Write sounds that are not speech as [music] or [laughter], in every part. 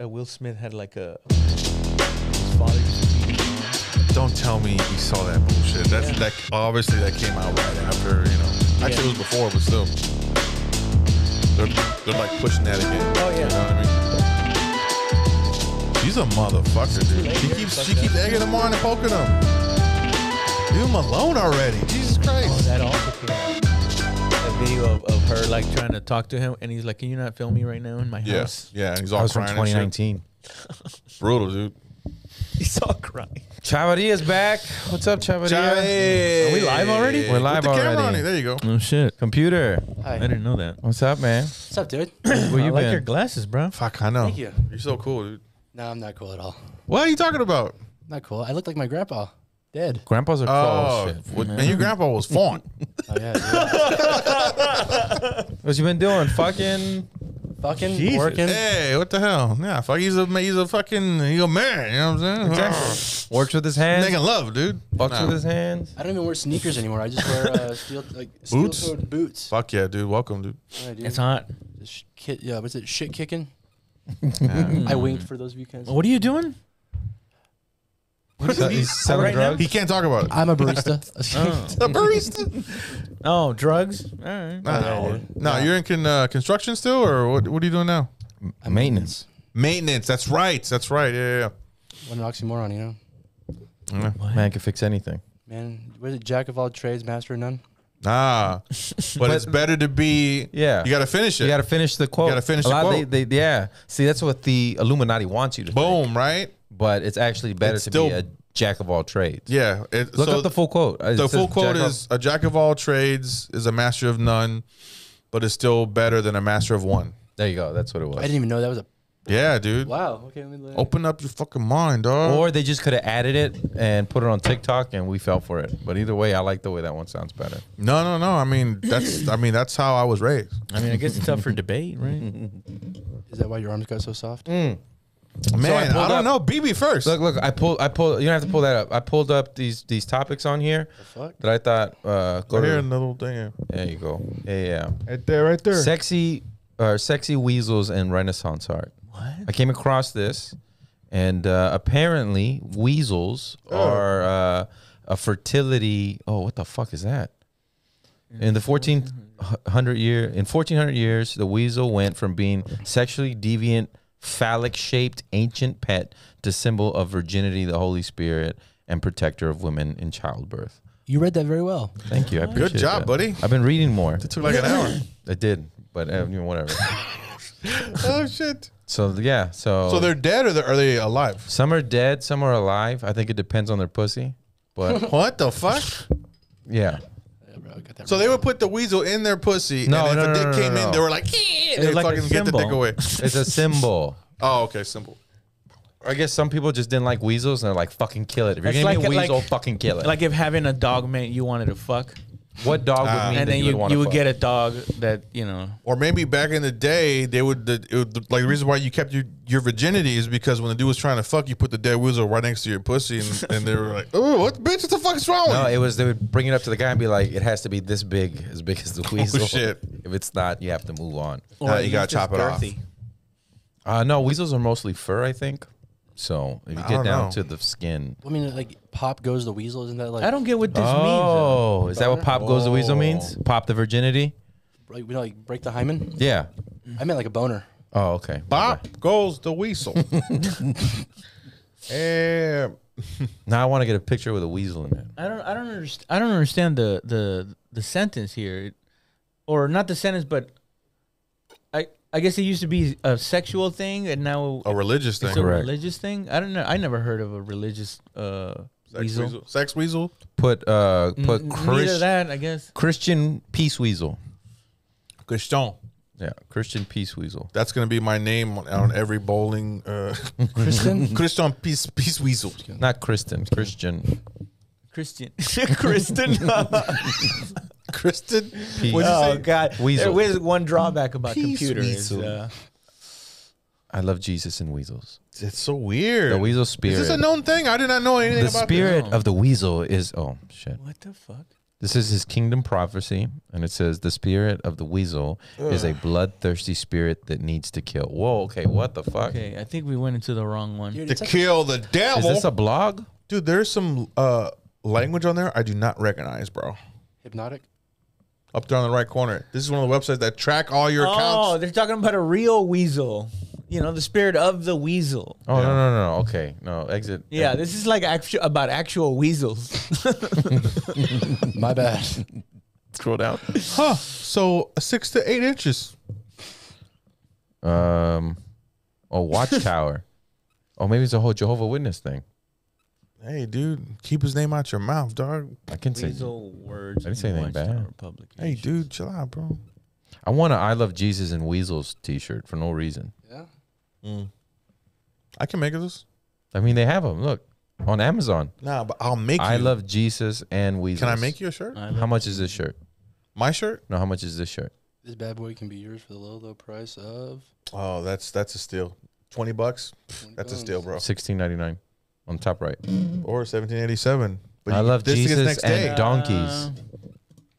uh, Will Smith had like a his father just beat him up. Don't tell me you saw that bullshit. That's that. Obviously, that came out right after. You know, actually, it was before, but still, they're, they're like pushing that again. Oh, yeah. You know what I mean? She's a motherfucker, dude. late She here, keeps fuck she keeps that. egging him on and poking him. Leave him alone already. Jesus Oh, Christ. that also came out. A video of, of her like trying to talk to him, and he's like, "Can you not film me right now in my Yeah, house?" yeah. He's That all was from crying. and shit. 2019. Brutal, dude. He's all crying. Chavarilla's back. What's up, Chavarilla? Jai- Are we live already? We're live With the camera already. on it. There you go. Oh shit! Computer. Hi. didn't know that. What's up, [clears throat] man? What's up, dude? Where I you like been? your glasses, bro. Fuck, I know. Thank you. You're so cool, dude. No, I'm not cool at all. What are you talking about? Not cool. I look like my grandpa. Dead. Grandpa's a Oh, cool shit. what- man, your grandpa was [laughs] fun. Oh yeah. dude. What you been doing? Fucking Fucking Jesus. working. Hey, what the hell? Yeah, fuck. He's a he's a fucking he's a man. You know what I'm saying? works with his hands. Making love, dude. Fucks Nah. with his hands. I don't even wear sneakers anymore. I just wear uh, steel like Boots? steel-toed boots. Fuck yeah, dude. Welcome, dude. Yeah, dude. It's hot. This sh- Kid, yeah, what's it? Shit [laughs] kicking. Yeah. I winked for those of you guys. What are you doing? So [laughs] he's [laughs] selling right now? drugs. he can't talk about [laughs] it. I'm a barista. [laughs] Oh, [laughs] A [laughs] barista? oh drugs. All right. no, Yeah, dude. no, Yeah. you're in con, uh, construction still, or what? What are you doing now? Oh. I'm Maintenance. Maintenance. That's right. That's right. Yeah, yeah. What an oxymoron, you know. Man can fix anything. Man, was it jack of all trades, master of none? yeah. [laughs] Nah, but, it's better to be. Yeah. you gotta finish it. You got to finish the quote. gotta finish a the lot quote. They, they, yeah. See, that's what the Illuminati wants you to. think, Boom. Right. but it's actually better It's to still- be a jack of all trades. Yeah. It, Look so up the full quote. It the says full quote jack of- is a jack of all trades is a master of none, but is still better than a master of one. There you go. That's what it I was. didn't even know that was a. Yeah, dude. Wow. Okay. Let Oh. me Open up your fucking mind, dog. Or they just could have added it and put it on TikTok, and we fell for it. But either way, I like the way that one sounds better. no, no, no. I mean, that's I mean, that's how I was raised. I mean, I guess it's up for debate, right? Is that why your arms got so soft? Mm. Man, I, pulled don't up- know. BB first. [laughs] Look, look. I pulled. I pulled. You don't have to pull that up. I pulled up these these topics on here fuck? that I thought. Uh, go right here to, in the little thing. there you go. Yeah, yeah. Right there, right there. Sexy, or sexy weasels and Renaissance art. What? I came across this, and uh, apparently weasels are uh, a fertility. Oh, what the fuck is that? In the 1400 year, in 1400 years, the weasel went from being sexually deviant, phallic-shaped ancient pet to symbol of virginity, the Holy Spirit, and protector of women in childbirth. You read that very well. Thank you. I appreciate job, that. buddy. I've been reading more. It took like an hour. I did, but uh, you know, whatever. [laughs] oh shit. So yeah, so So they're dead or they're, are they alive? Some are dead, some are alive. I think it depends on their pussy. [laughs] But What the fuck? Yeah, yeah. bro, I got that So right. they would put the weasel in their pussy, No, and if no, a no, dick no, no, came no. in, they were like, "Eh," they like a fucking get the dick symbol. away. It's a symbol. Oh, okay, simple. I guess some people just didn't like weasels and they're like, fucking kill it. If you're It's gonna be a like- like- weasel, fucking kill it. Like Like if having a dog meant you wanted to fuck, what Ah. dog would mean and that then you, you would want you to would fuck? get a dog that you know. Or maybe back in the day, they would, the, it would like the reason why you kept your, your virginity is because when the dude was trying to fuck, you put the dead weasel right next to your pussy, [laughs] and, and they were like, "Oh, what bitch? What the fuck is wrong?" No, with you? it was they would bring it up to the guy and be like, It has to be this big, as big [laughs] as the Oh, weasel. shit. If it's not, you have to move on. Or you gotta chop it off. Uh no, weasels are mostly fur, I think. So if you don't get down know. to the skin. I mean, like pop goes the weasel. Isn't that like? I don't get what this means. Oh, is that what pop goes the weasel Oh. means? Pop the virginity? Like, we don't like break the hymen. Yeah. I meant like a boner. Oh, okay. Bop goes the [laughs] weasel. Eh, Now I want to get a picture with a weasel in it. I don't I don't understand I don't understand the the the sentence here, It- or not the sentence, but I I guess it used to be a sexual thing, and now a religious thing. it's a Correct. religious thing. I don't know. I never heard of a religious uh, Sex weasel. Sex weasel. Put uh put N- Chris, Neither that, I guess. Christian peace weasel. Christian. Yeah, Christian peace weasel. That's gonna be my name on, on every bowling. Uh, Kristen. [laughs] Christian peace peace weasel. Not Kristen, Christian. Christian. [laughs] Kristen. [laughs] Kristen. Peace. What'd you oh say? God. Weasel. There is one drawback about Peace computers. weasel. uh, I love Jesus and weasels. It's so weird. The weasel spirit. Is this a known thing? I did not know anything the about spirit this? of the weasel is oh shit. what the fuck? This is his kingdom prophecy, and it says the spirit of the weasel is a bloodthirsty spirit that needs to kill. Whoa, okay, what the fuck? Okay, I think we went into the wrong one. Dude, to it's like- kill the Is devil. this a blog? Dude, there's some uh, language on there I do not recognize, bro. hypnotic. Up there on the right corner. This is one of the websites that track all your Oh, accounts. they're talking about a real weasel. You know, the spirit of the weasel. Oh no no no. no. Okay, no exit. Yeah, this is like actu- about actual weasels. My bad. Scroll down. Huh. So six to eight inches. Um, [laughs] oh watchtower. oh, maybe it's a whole Jehovah Witness thing. Hey, dude, keep his name out your mouth, dog. I can say. weasel words. I didn't say in anything Watchtower bad. Publications. Hey, dude, chill out, bro. I want a I love Jesus and weasels T-shirt for no reason. [laughs] Yeah. I can make this. I mean, they have them. Look on Amazon. Nah, but I'll make. I you. love Jesus and Can weasels. I make you a shirt? I How much is this shirt? My shirt? No, how much is this shirt? This bad boy can be yours for the low, low price of. Oh, that's that's a steal. Twenty bucks. Pff, That's a steal, bro. Sixteen ninety nine, on top right. Or seventeen eighty seven. I love this Jesus is next and day. donkeys. Uh,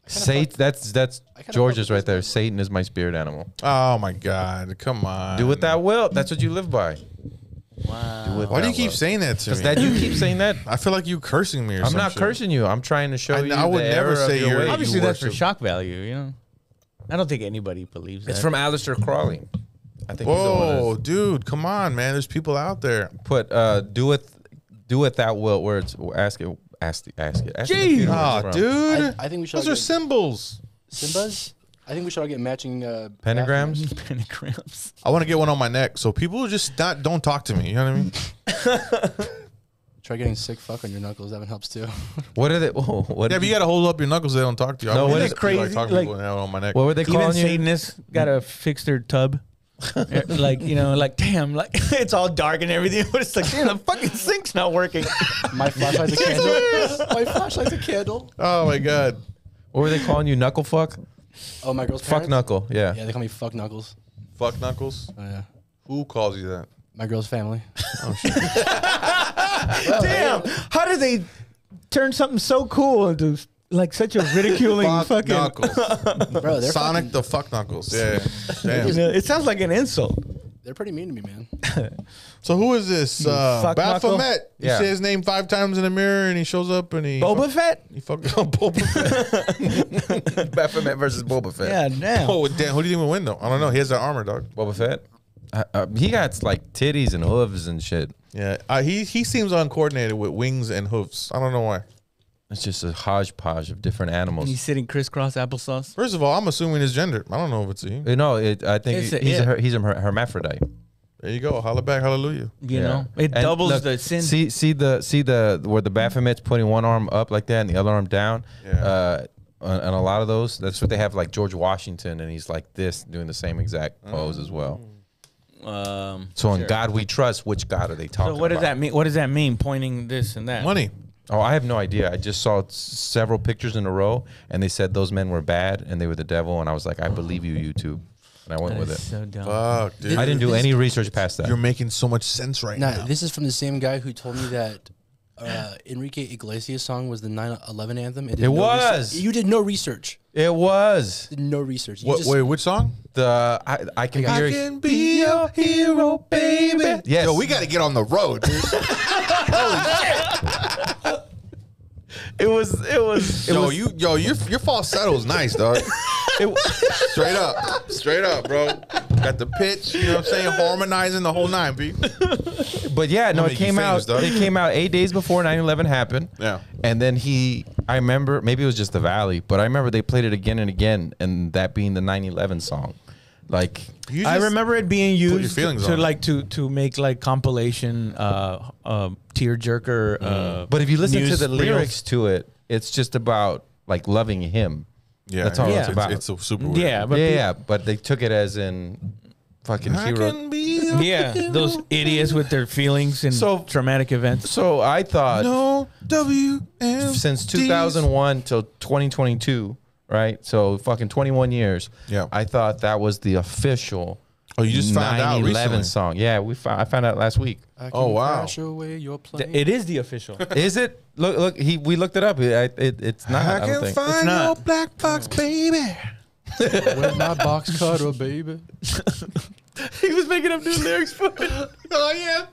Satan. That's that's kinda George's fuck with right there. this Satan is my spirit animal. Oh my God! Come on. Do what thou wilt. That's what you live by. Wow. Why do you keep saying that to me? [laughs] Because that you keep saying that. I feel like you cursing me or I'm some not shit. cursing you. I'm trying to show I- you. I would the never error of say your you're- ways. Obviously, that's for worship. shock value. You know, I don't think anybody believes that. It's from Aleister Crowley. I think. He's the Whoa, one dude, come on, man. There's people out there. that put uh, doeth doeth thou wilt words. Ask it. Ask it. Ask it. Ask the computer where it's Ah, from. dude. I, I think we should. Those all are get, symbols. Simba's. I think we should all get matching uh, [laughs] bathrooms. Pentagrams. pentagrams. I want to get one on my neck. So people just not don't talk to me. You know what I mean? Try getting sick fuck on your knuckles. That one [laughs] helps too. What are they? [laughs] Whoa, what? Yeah, did but you you- gotta hold up your knuckles. so They don't talk to you. No, I what really feel is like crazy, talking to like- people now on my neck. what were they Even calling you? Satanists gotta fix their tub. Eh, [laughs] like you know, like damn, like [laughs] it's all dark and everything, [laughs] but it's like damn, the fucking sink's not [laughs] working. My flashlight's a candle. My flashlight's a candle. Oh my god. What were they calling you? Knuckle fuck. Oh, my girl's Fuck parents. knuckle. Yeah. [laughs] Yeah, they call me fuck knuckles. Fuck knuckles. Oh yeah. Who calls you that? My girl's family. [laughs] damn, how do they turn something so cool into like such a [laughs] ridiculing Fuck fucking? knuckles. Bro, [laughs] they're Sonic fucking- the fuck knuckles. [laughs] Yeah. you Damn. know, it sounds like an insult. they're pretty mean to me, man. So who is this? Uh, fuck knuckle. Baphomet. You Yeah. say his name five times in the mirror, and he shows up, and he Uh-huh. Boba Fett? He fuck [laughs] Boba Fett. Baphomet versus Boba Fett. Yeah, damn. Oh damn! Who do you think would win though? I don't know. He has that armor, dog. Boba Fett. Uh, uh, he got like titties and hooves and shit. Yeah, uh, he he seems uncoordinated with wings and hoofs. I don't know why. It's just a hodgepodge of different He's animals. sitting crisscross applesauce. First of all, I'm assuming his gender. I don't know if it's he. You know, it, I think It's a he's a, it. her, he's a her- hermaphrodite. There you go. Holla back, hallelujah. You Yeah. know, it And doubles look, the sin. See, see the see the where the Baphomet's putting one arm up like that and the other arm down. Yeah. Uh, on, on a lot of those, that's what they have. Like George Washington, and he's like this, doing the same Mm. exact pose as well. um, So in God we trust. Which God are they talking? so what does about? that mean? What does that mean? Pointing this and that. Money. Oh, I have no idea. I just saw s- several pictures in a row, and they said those men were bad and they were the devil, and I was like, I believe you, YouTube, and I went with That's it. so dumb. Fuck, dude. I [laughs] didn't do any research past that. You're making so much sense right Nah, now. this is from the same guy who told me that uh, Enrique Iglesias' song was the 9/11 anthem. It, did It no was. research. You did no research. It was Did no research. You What? just- wait, which song? the I, I can be be your your hero, baby. Yes. Yo, we got to get on the road. dude. [laughs] It was it was [laughs] it yo, was you, yo, your your falsetto is nice, dog. it- Straight up, straight up, bro. Got the pitch. You know what I'm saying? Harmonizing the whole nine, b. but yeah, no, I'll it make you came famous, out. dog. It came out eight days before 9-11 happened. Yeah. and then he, I remember, maybe it was just the Valley, but I remember they played it again and again, and that being the 9-11 song. Like, You I just- remember it being used your feelings to on it. like to to make like compilation uh um tearjerker uh but if you listen to news the reels. lyrics to it, it's just about like loving him. Yeah, That's all yeah. it's about. It's, a super weird. yeah, but yeah, pe- yeah, but they took it as in fucking I hero. can be [laughs] your yeah, those idiots with their feelings and So- traumatic events. so I thought No W M since 2001 till 2022, right? So fucking 21 years. Yeah. I thought that was the official Oh, you just found out 9/11 recently. song. Yeah, we found, I found out last week. I Oh, can wow. Crash away your Th- [laughs] plane. It is the official. Is it? Look, look. He we looked it up. It, I- it- it's not. I, I don't can think. find your not. black box, baby. Where's my box cutter, baby? he was making up new lyrics for it. Oh yeah.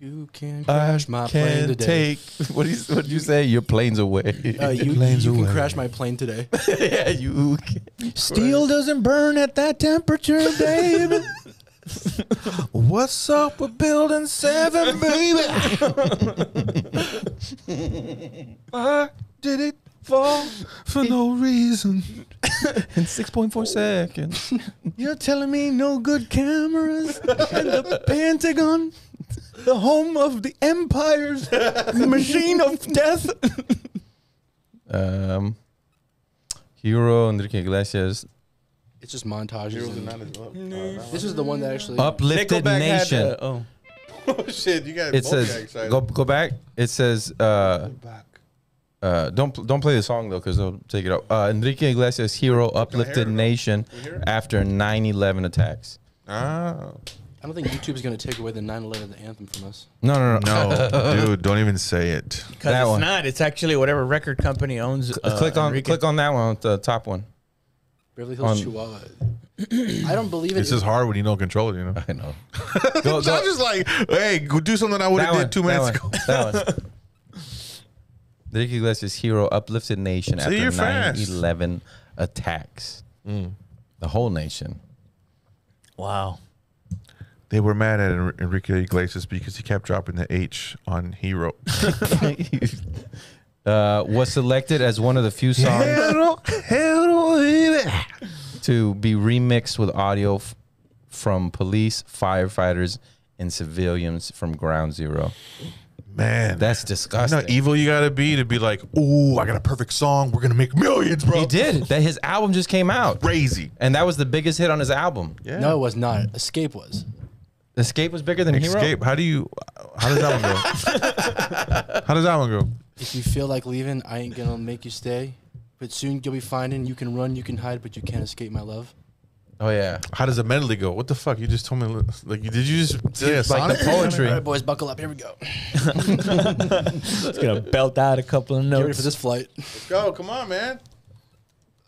You can I crash my plane can today. take. [laughs] What do you? What do you say? Your plane's away. Uh, [laughs] you [laughs] Planes you can away. crash my plane today. [laughs] yeah, you. Can. Steel doesn't burn at that temperature, babe. What's up with building seven, baby? Why did it fall for no reason? [laughs] In six point four seconds. You're telling me no good cameras in the Pentagon, the home of the empires, the machine of death. Um, Hero Enrique Iglesias, It's just montages. and- This is the one that actually. uplifted nation. uh, oh. [laughs] Oh shit, you got it says go go back. It says uh, uh, don't pl- don't play the song though because they'll take it up. Uh, Enrique Iglesias, Hero, hear it, uplifted though. nation Can we hear it? after 9/11 attacks. Oh. I don't think YouTube's gonna take away the 9/11 anthem from us. No, no, no, No, dude, don't even say it. Because That it's one. not. It's actually whatever record company owns. uh, click on Enrique. click on that one, the top one. Beverly Hills On- Chihuahua. [clears throat] I don't believe it. It's just hard when you don't control it, you know. I know. Go- So [laughs] go- I'm just like, hey, go do something I would that have one, did two that minutes one, [laughs] ago. That one. [laughs] Enrique Iglesias, Hero, uplifted nation See, after you're fast. Mm. 9/11 attacks. The whole nation. [laughs] Wow. They were mad at Enri- Enrique Iglesias because he kept dropping the H on Hero. uh, was selected as one of the few songs to be remixed with audio f- from police, firefighters, and civilians from Ground Zero. Man, That's you know disgusting. how evil you gotta be to be like, ooh, I got a perfect song. We're gonna make millions, bro. he did that. His album just came [laughs] out, crazy. and that was the biggest hit on his album. Yeah. no, it was not. Escape was. Escape was bigger than Hero. Escape. How do you? How does that one go? [laughs] how does that one go? If you feel like leaving, I ain't gonna make you stay. But soon you'll be finding you can run, you can hide, but you can't escape my love. Oh yeah, How does the medley go? What the fuck? You just told me. Like, did you just say a It's like the sonic? All poetry. right, boys, buckle up. Here we go. It's gonna belt out a couple of Get ready for notes. this flight. Go, come on, man.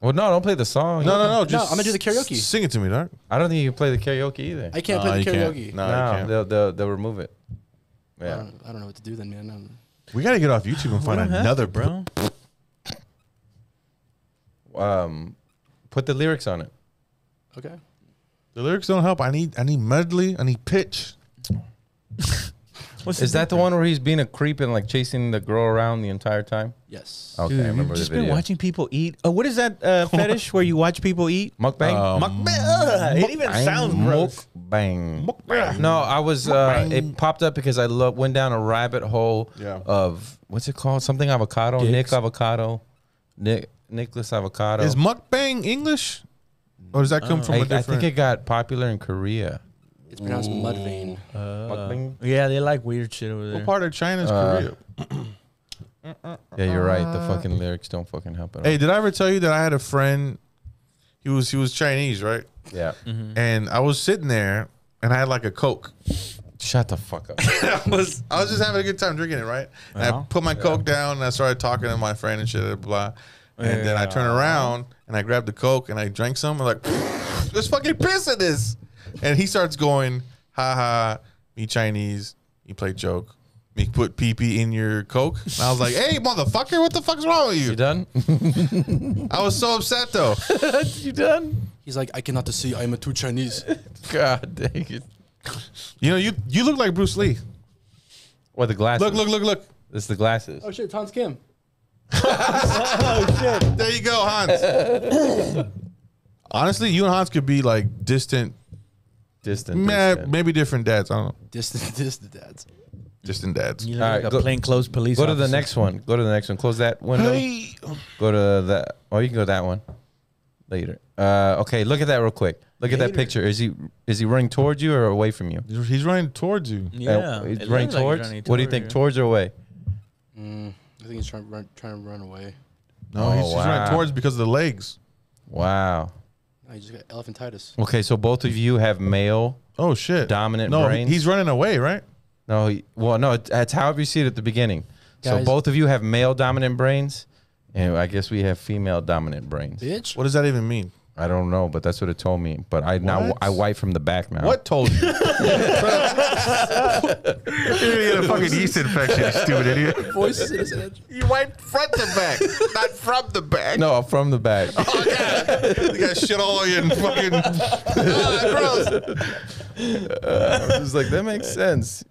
Well, no, don't play the song. No, no, no. Just I'm gonna do the karaoke. s- Sing it to me, dog. I don't think you can play the karaoke either. I can't No, play the Uh, you can't. karaoke. No, you no, can't. they'll, they'll they'll remove it. I, Yeah. don't, I don't know what to do then, man. Um, I'm- We gotta get off YouTube and find don't have another, to, bro. Um, put the lyrics on it. okay. The lyrics don't help. I need, I need medley. I need pitch. What's Is that the one where he's being a creep and like chasing the girl around the entire time? Yes. Okay, Dude, I you've remember the just been video. watching people eat. Oh, what is that [laughs] uh, fetish where you watch people eat? Mukbang. Um, Ugh, it even Oh, Mukbang. sounds gross. Mukbang. Mukbang. No, I was. Uh, it popped up because I lo- went down a rabbit hole Yeah. of what's it called? Something avocado. Nick Dicks. avocado. Nick Nicholas avocado. Is mukbang English, or does that come from I, a I different? think it got popular in Korea. It's pronounced mudvayne. Mukbang. Yeah, they like weird shit over what there. part of China is Uh, Korea? Yeah, you're right. The fucking lyrics don't fucking help at all. Hey, did I ever tell you that I had a friend? He was he was Chinese, right? Yeah. And I was sitting there, and I had like a Coke. Shut the fuck up. I was I was just having a good time drinking it, right? And I Yeah. put my coke down and I started talking to my friend and shit, blah. blah. And then I turn around and I grab the coke and I drank some. I'm like, [laughs] there's fucking piss in this. And he starts going, ha ha, me Chinese, you play joke. Me put pee pee in your coke. And I was like, hey, motherfucker, what the fuck's wrong with you? You [laughs] done? I was so upset though. you done? He's like, I cannot see. I am a two Chinese. God dang it. You know, you you look like Bruce Lee. What the glasses? Look, look, look, look. It's the glasses. oh shit, Hans Kim. There you go, Hans. Honestly, you and Hans could be like distant, Distant. meh, distant. maybe different dads. I don't know. [laughs] Distant, distant dads. distant dads. You look All right, like go- a plainclothes police. Go to the officer. next one. Go to the next one. Close that window. Hey, Go to that. Oh, you can go to that one later. Uh, okay, look at that real quick. Look at that Later. picture. Is he is he running towards you or away from you? he's running towards you. Yeah, Uh, he's it running looks like towards. Johnny What do you Torres, think? yeah. Towards or away? I Mm, think he's trying to run, trying to run away. No, he's, Oh, he's running wow. towards because of the legs. Wow. No, you Oh, just got elephantitis. Okay, so both of you have male. Oh shit! Dominant No, brains? he's running away, right? No, he- well, no, it- that's however you see it at the beginning. so Guys- both of you have male dominant brains, and I guess we have female dominant brains. Bitch. What does that even [laughs] mean? I don't know, but that's what it told me. But I now What? I wipe from the back now. What told you? You're gonna get a fucking yeast infection, you stupid [laughs] idiot. Voices in his head. you wiped front to back, not from the back. [laughs] No, from the back. Oh, God. You got shit all Oh, on you and fucking. Ah, gross. I was like, that makes sense.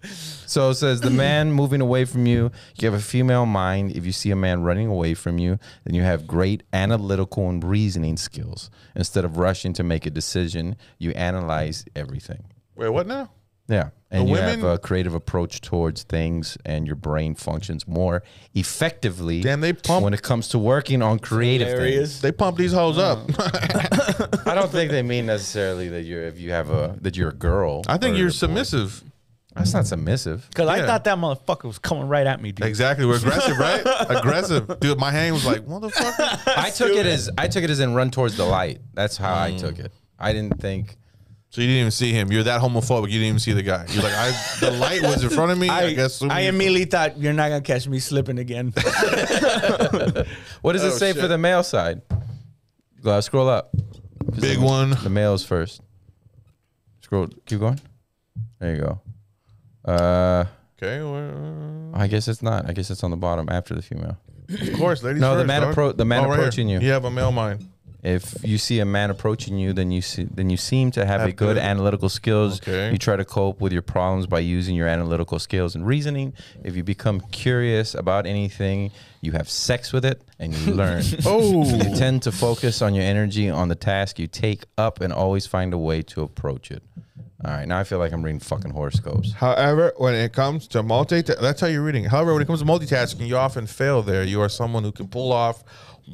So it says the man moving away from you, you have a female mind. If you see a man running away from you, then you have great analytical and reasoning skills. Instead of rushing to make a decision, you analyze everything. Wait, what now? Yeah. And The you women- have a creative approach towards things, and your brain functions more effectively. Damn, they pump- when it comes to working on creative things. Hilarious. They pump these hoes up. Oh. I don't think they mean necessarily that you're if you have a that you're a girl. [laughs] I think or you're a boy. submissive. That's [laughs] not submissive. Cause I Yeah. thought that motherfucker was coming right at me, dude. Exactly. We're aggressive, [laughs] right? aggressive. Dude, my hand was like, motherfucker. I took it as I took it as in run towards the light. That's how I took Mm. it. I didn't think So you didn't even see him. You're that homophobic. You didn't even see the guy. You're like, I, the light was in front of me. I, guess. I immediately thought you're not gonna catch me slipping again. [laughs] What does it Oh, say for shit. the male side? Uh, scroll up. 'Cause Big the- one. The male's first. Scroll. Keep going. There you go. Uh, Okay. well, I guess it's not. I guess it's on the bottom after the female. Of course, ladies. No, the first, man dog. Oh, appro- the man here. approaching you. You have a male mind. If you see a man approaching you, then you see, then you seem to have, a good, good- analytical skills. Okay. You try to cope with your problems by using your analytical skills and reasoning. If you become curious about anything, you have sex with it and [laughs] you learn. Oh. You tend to focus on your energy on the task you take up and always find a way to approach it. All right, now I feel like I'm reading fucking horoscopes. However, when it comes to multi, that's how you're reading. it. However, when it comes to multitasking, you often fail there. You are someone who can pull off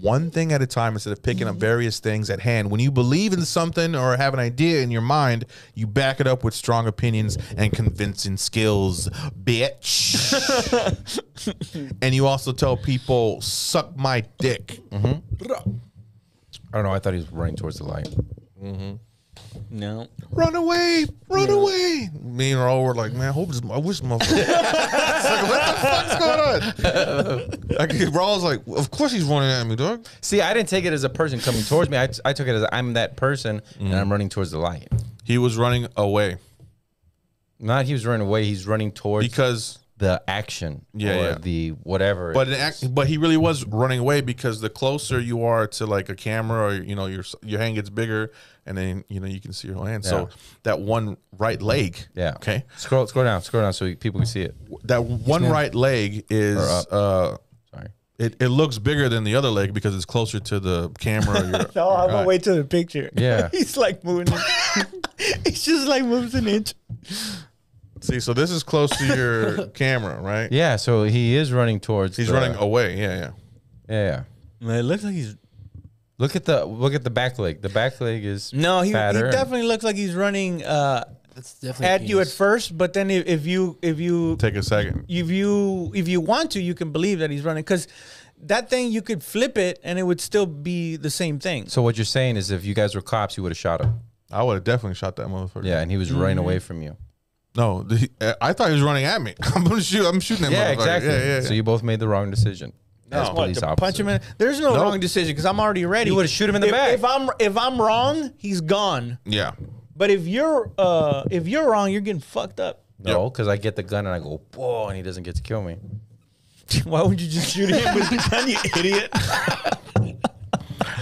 one thing at a time instead of picking up various things at hand. When you believe in something or have an idea in your mind, you back it up with strong opinions and convincing skills, [laughs] bitch. and you also tell people, "Suck my dick." Mm-hmm. I don't know. I thought he was running towards the light. no. run away, run away. Me and Raul were like, man, I hope this, I wish motherfucker. [laughs] It's like, what the fuck's [laughs] going on? Like, Raul's like, of course he's running at me, dog. See, I didn't take it as a person coming towards me. I, I took it as I'm that person and Mm-hmm. I'm running towards the light. He was running away Not he was running away. He's running towards because, the action Yeah, or yeah. the whatever. but it an is. act, but he really was running away because the closer you are to like a camera or you know your your hand gets bigger and then you know you can see your hand. So Yeah. that one right leg, yeah. okay, Scroll scroll down. Scroll down so people can see it. that one right leg is up. uh, Sorry. it, it looks bigger than the other leg because it's closer to the [laughs] camera. or your- No, I'm your eye. gonna wait till the picture. Yeah. [laughs] He's like moving. [laughs] He's just like moves an inch. See, so this is close to [laughs] your camera, right? Yeah. So he is running towards. He's the- running away. Yeah, yeah. Yeah, yeah. Man, it looks like he's Look at the look at the back leg. The back leg is no. He, he fatter. definitely looks like he's running uh, That's definitely. at you at penis. first, but then if, if you if you Take a second. if you if you want to, you can believe that he's running because that thing you could flip it and it would still be the same thing. So what you're saying is, if you guys were cops, you would have shot him. I would have definitely shot that motherfucker. Yeah, and he was running Mm-hmm. away from you. No, the, uh, I thought he was running at me. [laughs] I'm gonna shoot. I'm shooting that Yeah, motherfucker. exactly. Yeah, yeah. yeah. So you both made the wrong decision. as What, to punch him in. There's no Nope. wrong decision because I'm already ready. You would've shoot him in the If- back. If I'm if I'm wrong, he's gone. yeah. But if you're uh if you're wrong, you're getting fucked up. [laughs] No, because I get the gun and I go, whoa, and he doesn't get to kill me. Why would you just shoot him with the gun, you idiot?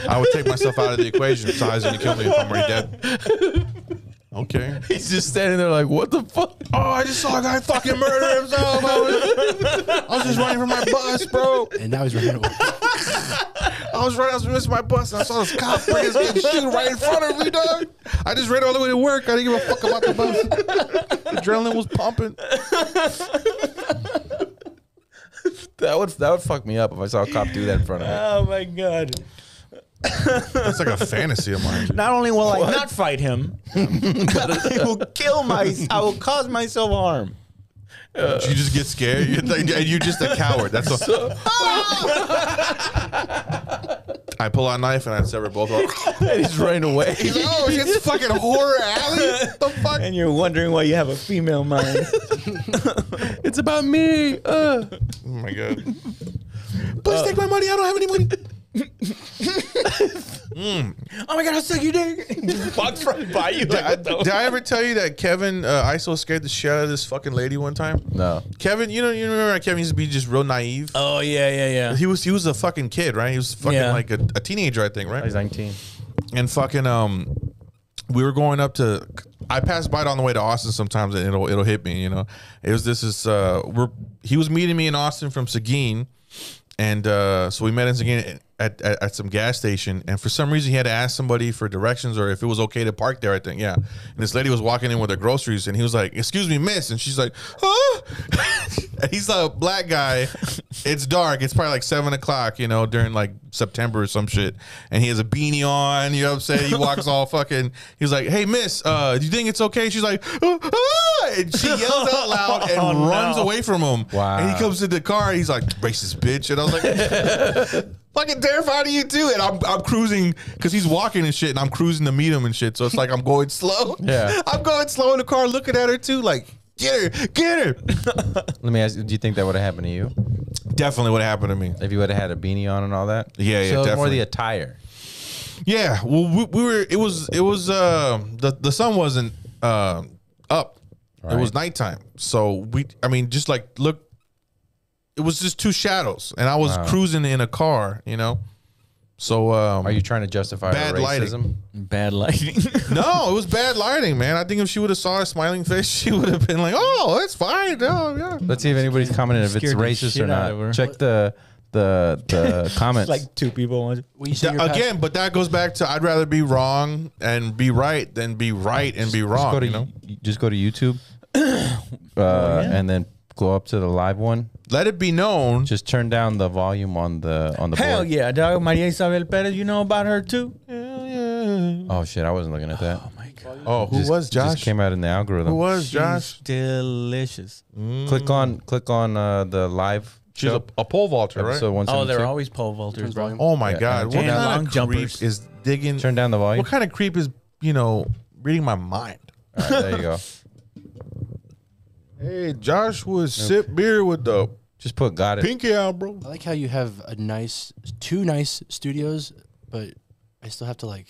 I would take myself out of the equation. So he's gonna kill me if I'm already dead. [laughs] Okay. He's just standing there like, what the fuck? Oh, I just saw a guy fucking murder himself. I was, I was just running from my bus, bro. And now he's running away. I was running, I was missing my bus, and I saw this cop bring his big shoe right in front of me, dog. I just ran all the way to work. I didn't give a fuck about the bus. Adrenaline was pumping. That would that would fuck me up if I saw a cop do that in front of me. oh my god. That's like a fantasy of mine. Not only will I not fight [laughs] him, but I will kill my I will cause myself harm. You just get scared. You're, like, you're just a coward. That's all. I pull out a knife and I sever both. arms. [laughs] He's running away. He's like, oh, it's fucking horror alley. What the fuck? And you're wondering why you have a female mind. it's about me. Uh. Oh my god. Please take my money. I don't have any money. oh my god, I suck your dick. [laughs] Walks right by you. Did [laughs] I, did I ever tell you that Kevin uh, ISO scared the shit out of this fucking lady one time? [laughs] No. Kevin, you know, you remember how Kevin used to be just real naive. oh yeah, yeah, yeah. He was he was a fucking kid, right? He was fucking Yeah. like a, a teenager, I think, right? He's 19. and fucking um we were going up to I pass by it on the way to Austin sometimes and it'll it'll hit me, you know. It was this is uh we're he was meeting me in Austin from Seguin and uh so we met in Seguin at, at, at some gas station and for some reason he had to ask somebody for directions or if it was okay to park there, I think. Yeah. And this lady was walking in with her groceries and he was like, Excuse me, miss and she's like, Huh? [laughs] and he's a black guy. It's dark. It's probably like seven o'clock, you know, during like September or some shit. And he has a beanie on. You know what I'm saying? He walks all fucking. He's like, "Hey, miss, uh, do you think it's okay?" She's like, "Ah, ah," and she yells out loud and Oh, runs no. away from him. Wow. And he comes to the car. And he's like, "Racist bitch," and I was like. [laughs] Fucking terrified of you too, and I'm, I'm cruising because he's walking and shit, and I'm cruising to meet him and shit. So it's like I'm going slow. Yeah. I'm going slow in the car, looking at her too, like get her, get her. Let me ask you, do you think that would have happened to you? Definitely what happened to me. If you would have had a beanie on and all that? Yeah, yeah, so it's more definitely. the attire. Yeah, well, we, we were. It was. It was. Uh, the the sun wasn't uh, up. It was nighttime, so we. I mean, just like look, it was just two shadows, and I was cruising in a car. You know, so um, Are you trying to justify Bad racism? lighting. Bad lighting. [laughs] no, it was bad lighting, man. I think if she would have saw a smiling face, [laughs] she would have been like, "Oh, it's fine." Oh, yeah. Let's see if anybody's commenting if it's Scared the racist or shit out of her. not. Check the the [laughs] the comments. like two people. Once. Well, you say Th- you're pa- Again, but that goes back to I'd rather be wrong and be right than be right and be just wrong. go to you know, you- just go to [coughs] YouTube, uh, and then go up to the live one. let it be known. Just turn down the volume on the on the Hell board. yeah, dog. Maria Isabel Perez, you know about her too. Oh shit, I wasn't looking at that. Oh, who Just- was Josh? Just came out in the algorithm. who Mm. was Josh? She's delicious. Click on click on uh, the live. She's a, show, a pole vaulter, right? episode one. Oh, they're always pole vaulters, Turns bro. volume. oh my Yeah, god! and What Jane kind Long of jumpers. creep is digging? turn down the volume. What kind of creep is you know reading my mind? All right, there you [laughs] go. Hey, Josh would sip beer with the Just put got it. pinky out, bro. I like how you have a nice, two nice studios, but I still have to [laughs] like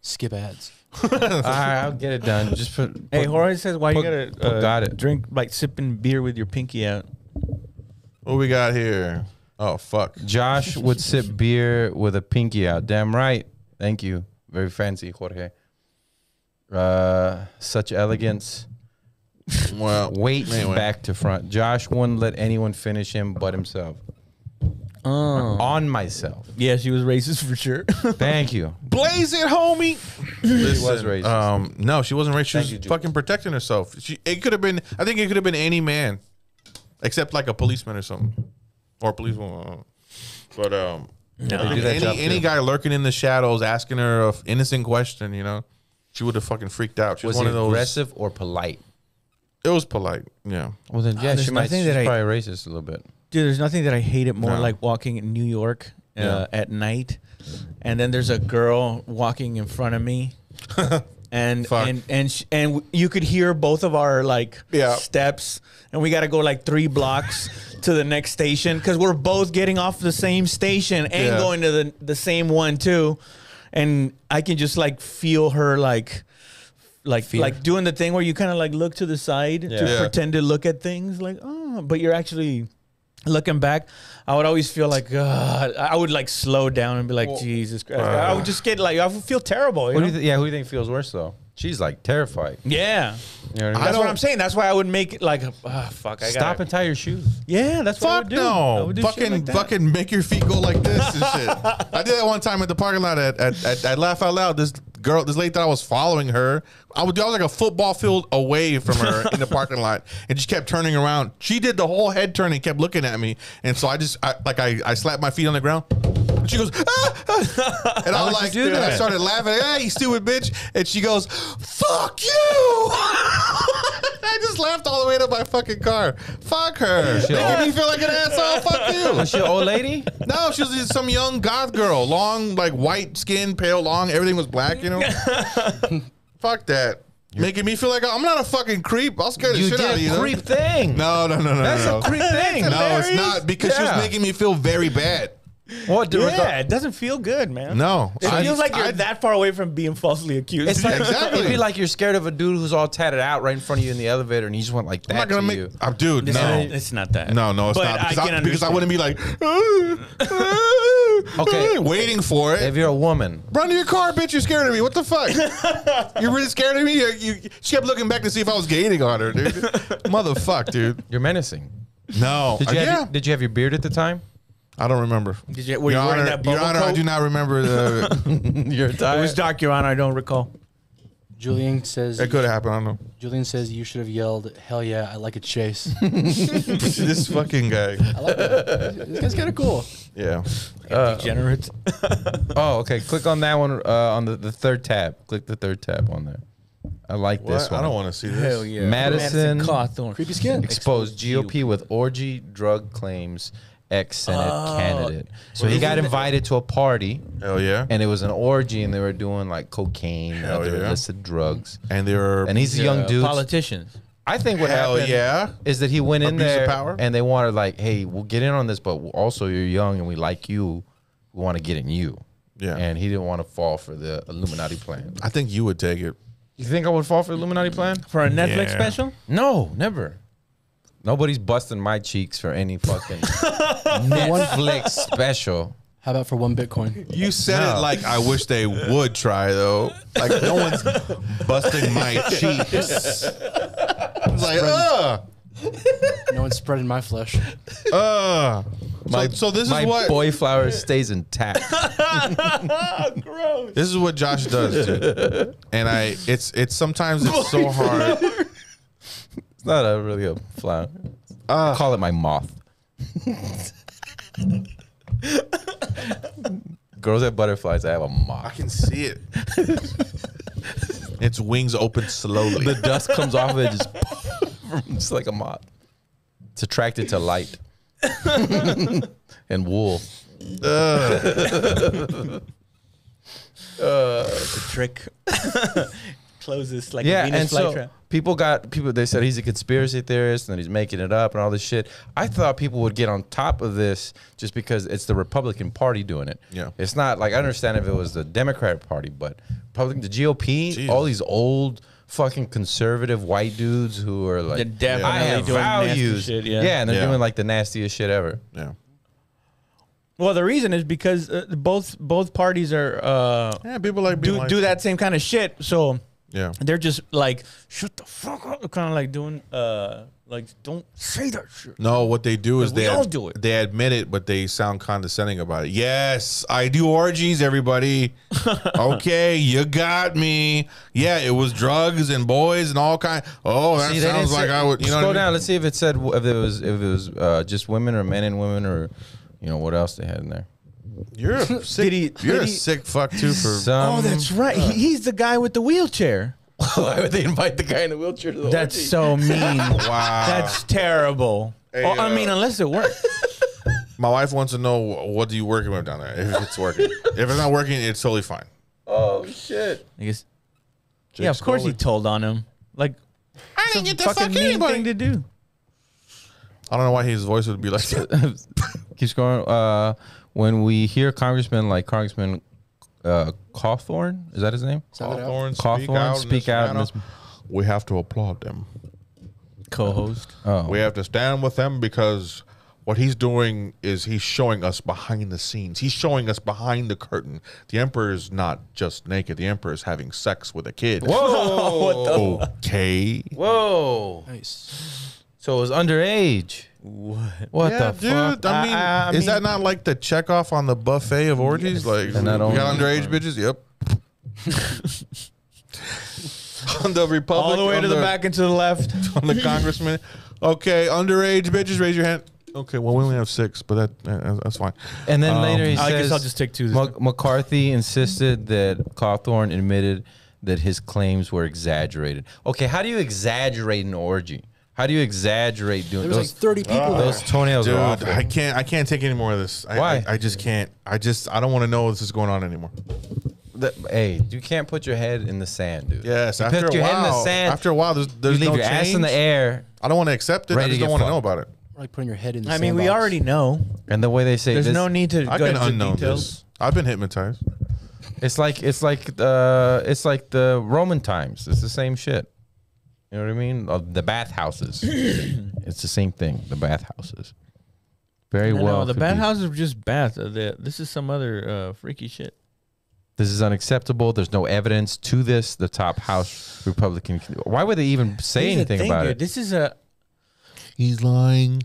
skip ads. All right, I'll get it done. Just put. Hey, put- Jorge says, why put- you put gotta uh, got it. drink like sipping beer with your pinky out? What we got here? Oh fuck! [laughs] Josh would sip beer with a pinky out. Damn right. Thank you. Very fancy, Jorge. Uh, such elegance. Well, Weight Anyway. back to front. Josh wouldn't let anyone finish him but himself. Oh. On myself. [laughs] Yeah, she was racist for sure. [laughs] Thank you. blaze it, homie. she was racist. Um, no, she wasn't racist. She Thank was you, Jude. fucking protecting herself. She, it could have been. I think it could have been any man, except like a policeman or something, or a policewoman. I don't know. But um, I do think that job any, any too. guy lurking in the shadows asking her a f- innocent question, you know, she would have fucking freaked out. She was, one Was he of those. aggressive or polite? It was polite. Yeah. Well, then, yeah, there's she might nothing she's that I- probably racist a little bit. Dude, there's nothing that I hated more No. like walking in New York uh, Yeah. at night, and then there's a girl walking in front of [laughs] me, and Fuck. and and sh- and w- you could hear both of our like Yeah. steps, and we got to go like three [laughs] blocks to the next station because we're both getting off the same station and Yeah. going to the the same one too, and I can just like feel her like. Like, like doing the thing where you kind of like look to the side to Yeah. pretend to look at things like oh but you're actually looking back i would always feel like god i would like slow down and be like jesus christ i would just get like i would feel terrible you Who do know? you th- yeah, who do you think feels worse, though? She's like terrified. yeah You know what I mean? that's what don't- i'm saying that's why i would make it like ah, fuck i Stop gotta, and tie your shoes. yeah that's what i Fuck would do I no! would do shit Fucking like that. fucking make your feet go like this and [laughs] shit. I did that one time at the parking lot at at, at at Laugh Out Loud. This girl, this lady that I was following her, I would I was like a football field away from her [laughs] in the parking lot, and she kept turning around. She did the whole head turn and kept looking at me, and so I just I, like I I slapped my feet on the ground. And she goes, "Ah, ah." and I was would you like, do and I that? started laughing. Hey, you stupid bitch! And she goes, "Fuck you!" [laughs] I just just laughed all the way to my fucking car. Fuck her. They old- made me feel like an asshole. [laughs] Fuck you. Was she an old [laughs] lady? No, she was just some young goth girl, long, like white skin, pale, long. Everything was black, [laughs] you know. Fuck that, making me feel like I'm not a fucking creep. I'll scare the You shit out of did you. a though. creep thing. No, no, no, no. [laughs] That's no. a creep thing. No, it's Larry. not because she Yeah. was making me feel very bad. What? do- Yeah, it doesn't feel good, man. No, It I- feels like you're I- that far away from being falsely accused. It's [laughs] like Exactly. it'd be like you're scared of a dude who's all tatted out right in front of you in the elevator, and he just went like that I'm not gonna to make. you. I'm dude. No, it's not that. no, no, it's But not I because I, can because I understand. wouldn't be like. okay, [laughs] Okay. waiting for it. If you're a woman, Run to your car, bitch! You're scared of me. What [laughs] the fuck? you're really scared of me. You, you- she kept looking back to see if I was gating on [laughs] her, dude. Motherfuck, dude. you're menacing. No, Did you, Uh, have, yeah, your- did you have your beard at the [laughs] time? I don't remember. Did you- were you Your wearing Honor- that Your bubble Honor, I coat? do not [laughs] remember. The, You're It tired. was dark, Your Honor. I don't recall. Julian says. that could have happened. I don't know. [laughs] Julian says you should have yelled, "Hell yeah, I like a [laughs] chase." this fucking guy. this guy's kind of cool. Yeah. Degenerates. oh, okay. Click on that one uh, on the, the third tab. Click the third tab on there. I like this What? one. I don't want to see this. Hell yeah. Madison- Cawthorn. Creepy skin. Exposed GOP with orgy drug claims ex Senate Oh. candidate. So he got invited to a party Hell yeah. and it was an orgy and they were doing like cocaine and Hell other yeah. illicit drugs. And they were. And he's a young dude. Politicians. I think what Hell happened yeah. is that he went in Abuse of there power? and they wanted like, hey, we'll get in on this, but also you're young and we like you. We want to get in you. Yeah. And he didn't want to fall for the Illuminati plan. I think you would take it. You think I would fall for the Illuminati plan? For a Netflix Yeah. special? No, never. Nobody's busting my cheeks for [laughs] any fucking Netflix special. How about for one Bitcoin? You said it like I wish they would try though. Like no one's busting [laughs] my cheeks. It's like uh, No one's spreading my flesh. uh. My- so, so this my is what boy flower stays intact. Gross. this is what Josh does, dude. And I, it's it's sometimes it's so hard. it's not a, really a flower. Ah. I Call it my moth. Girls have butterflies. I have a I moth. can see [laughs] it. Its wings open slowly. The dust comes off of it, just [laughs] it's like a moth. It's attracted to light [laughs] and wool. Trick. [laughs] Closes like yeah, a Venus and so flytrap. people got people. They said he's a conspiracy theorist and that he's making it up and all this shit. I thought people would get on top of this just because it's the Republican Party doing it. Yeah. it's not like I understand if it was the Democrat Party, but Republican, the GOP, Jesus. all these old fucking conservative white dudes who are like, They're definitely I have doing nasty values. shit, yeah. and they're Yeah. doing like the nastiest shit ever. yeah. Well, the reason is because uh, both both parties are uh, Yeah, people like being do like- do that same kind of shit. So Yeah. they're just like shut the fuck up, kind of like doing uh like don't say that shit. No, what they do is But we they all do it. They admit it, but they sound condescending about it. Yes, I do [laughs] orgies, everybody. okay, you got me. Yeah, it was drugs and boys and all kind. Oh, that See, they didn't sounds like say- I would. You know, scroll what I down. mean? Let's see if it said wh- if it was if it was uh, just women or men and women or you know what else they had in there. [laughs] You're a sick. Did he- you're did a he- sick fuck too for. Some, oh, that's right. He, he's the guy with the wheelchair. [laughs] Why would they invite the guy in the wheelchair to the That's so mean. wow. That's terrible. Hey, Or, I uh, mean, unless it works. My wife wants to know wh- what do you working with down there. If [laughs] it's working, if it's not working, it's totally fine. Oh shit! I guess. yeah, of course he told on him. Like I didn't get to fuck fucking mean anybody. thing to do. I don't know why his voice would [laughs] be like that. Keeps going. Uh, when we hear congressmen like Congressman uh, Cawthorn, is that his name? Sound it out. Cawthorn, speak Cawthorn, out, in speak this out in manner. this- We have to applaud them. Co-host. Oh, We have to stand with him because what he's doing is he's showing us behind the scenes. He's showing us behind the curtain. The emperor is not just naked. The emperor is having sex with a kid. [laughs] whoa, Okay. whoa! Nice. So it was underage. What? What Yeah, the dude. fuck? I mean, I is that mean- not like the check off on the buffet of orgies? Like, And not we got only- underage bitches. Yep. [laughs] on the Republic, All the way on to the back and to the [laughs] left. on the [laughs] congressman. Okay, underage bitches, raise your hand. Okay, well we only have six, but that uh, that's fine. And then Um, later he I says, guess I'll just take two. Mac- McCarthy insisted that Cawthorn admitted that his claims were exaggerated. Okay, how do you exaggerate an orgy? How do you exaggerate doing There was like 30 those? people there. those toenails Dude, are awful. I can't. I can't take any more of this. I, Why? I, I just can't. I just. I don't want to know this is going on anymore. That- hey, you can't put your head in the sand, dude. Yes. you after put a your while. head in the sand. After a while, there's, you there's leave no your ass in the change. air, I don't want to accept it. I Ready to just don't get want to know fucked. about it. Or, like putting your head in the I mean, we sandbox. already know. and the way they say There's this, no need to I go can into unknown details. this. I've been hypnotized. It's like it's like uh it's like the Roman times. It's the same shit. You know what I mean? Uh, [coughs] the bathhouses. it's the same thing. The bathhouses. Very No, well. no, the could be- bathhouses are just bath. Uh, the- This is some other uh, freaky shit. This is unacceptable. There's no evidence to this. The top House Republican. Why would they even say Here's the anything thing, about dude. it? This is a He's lying.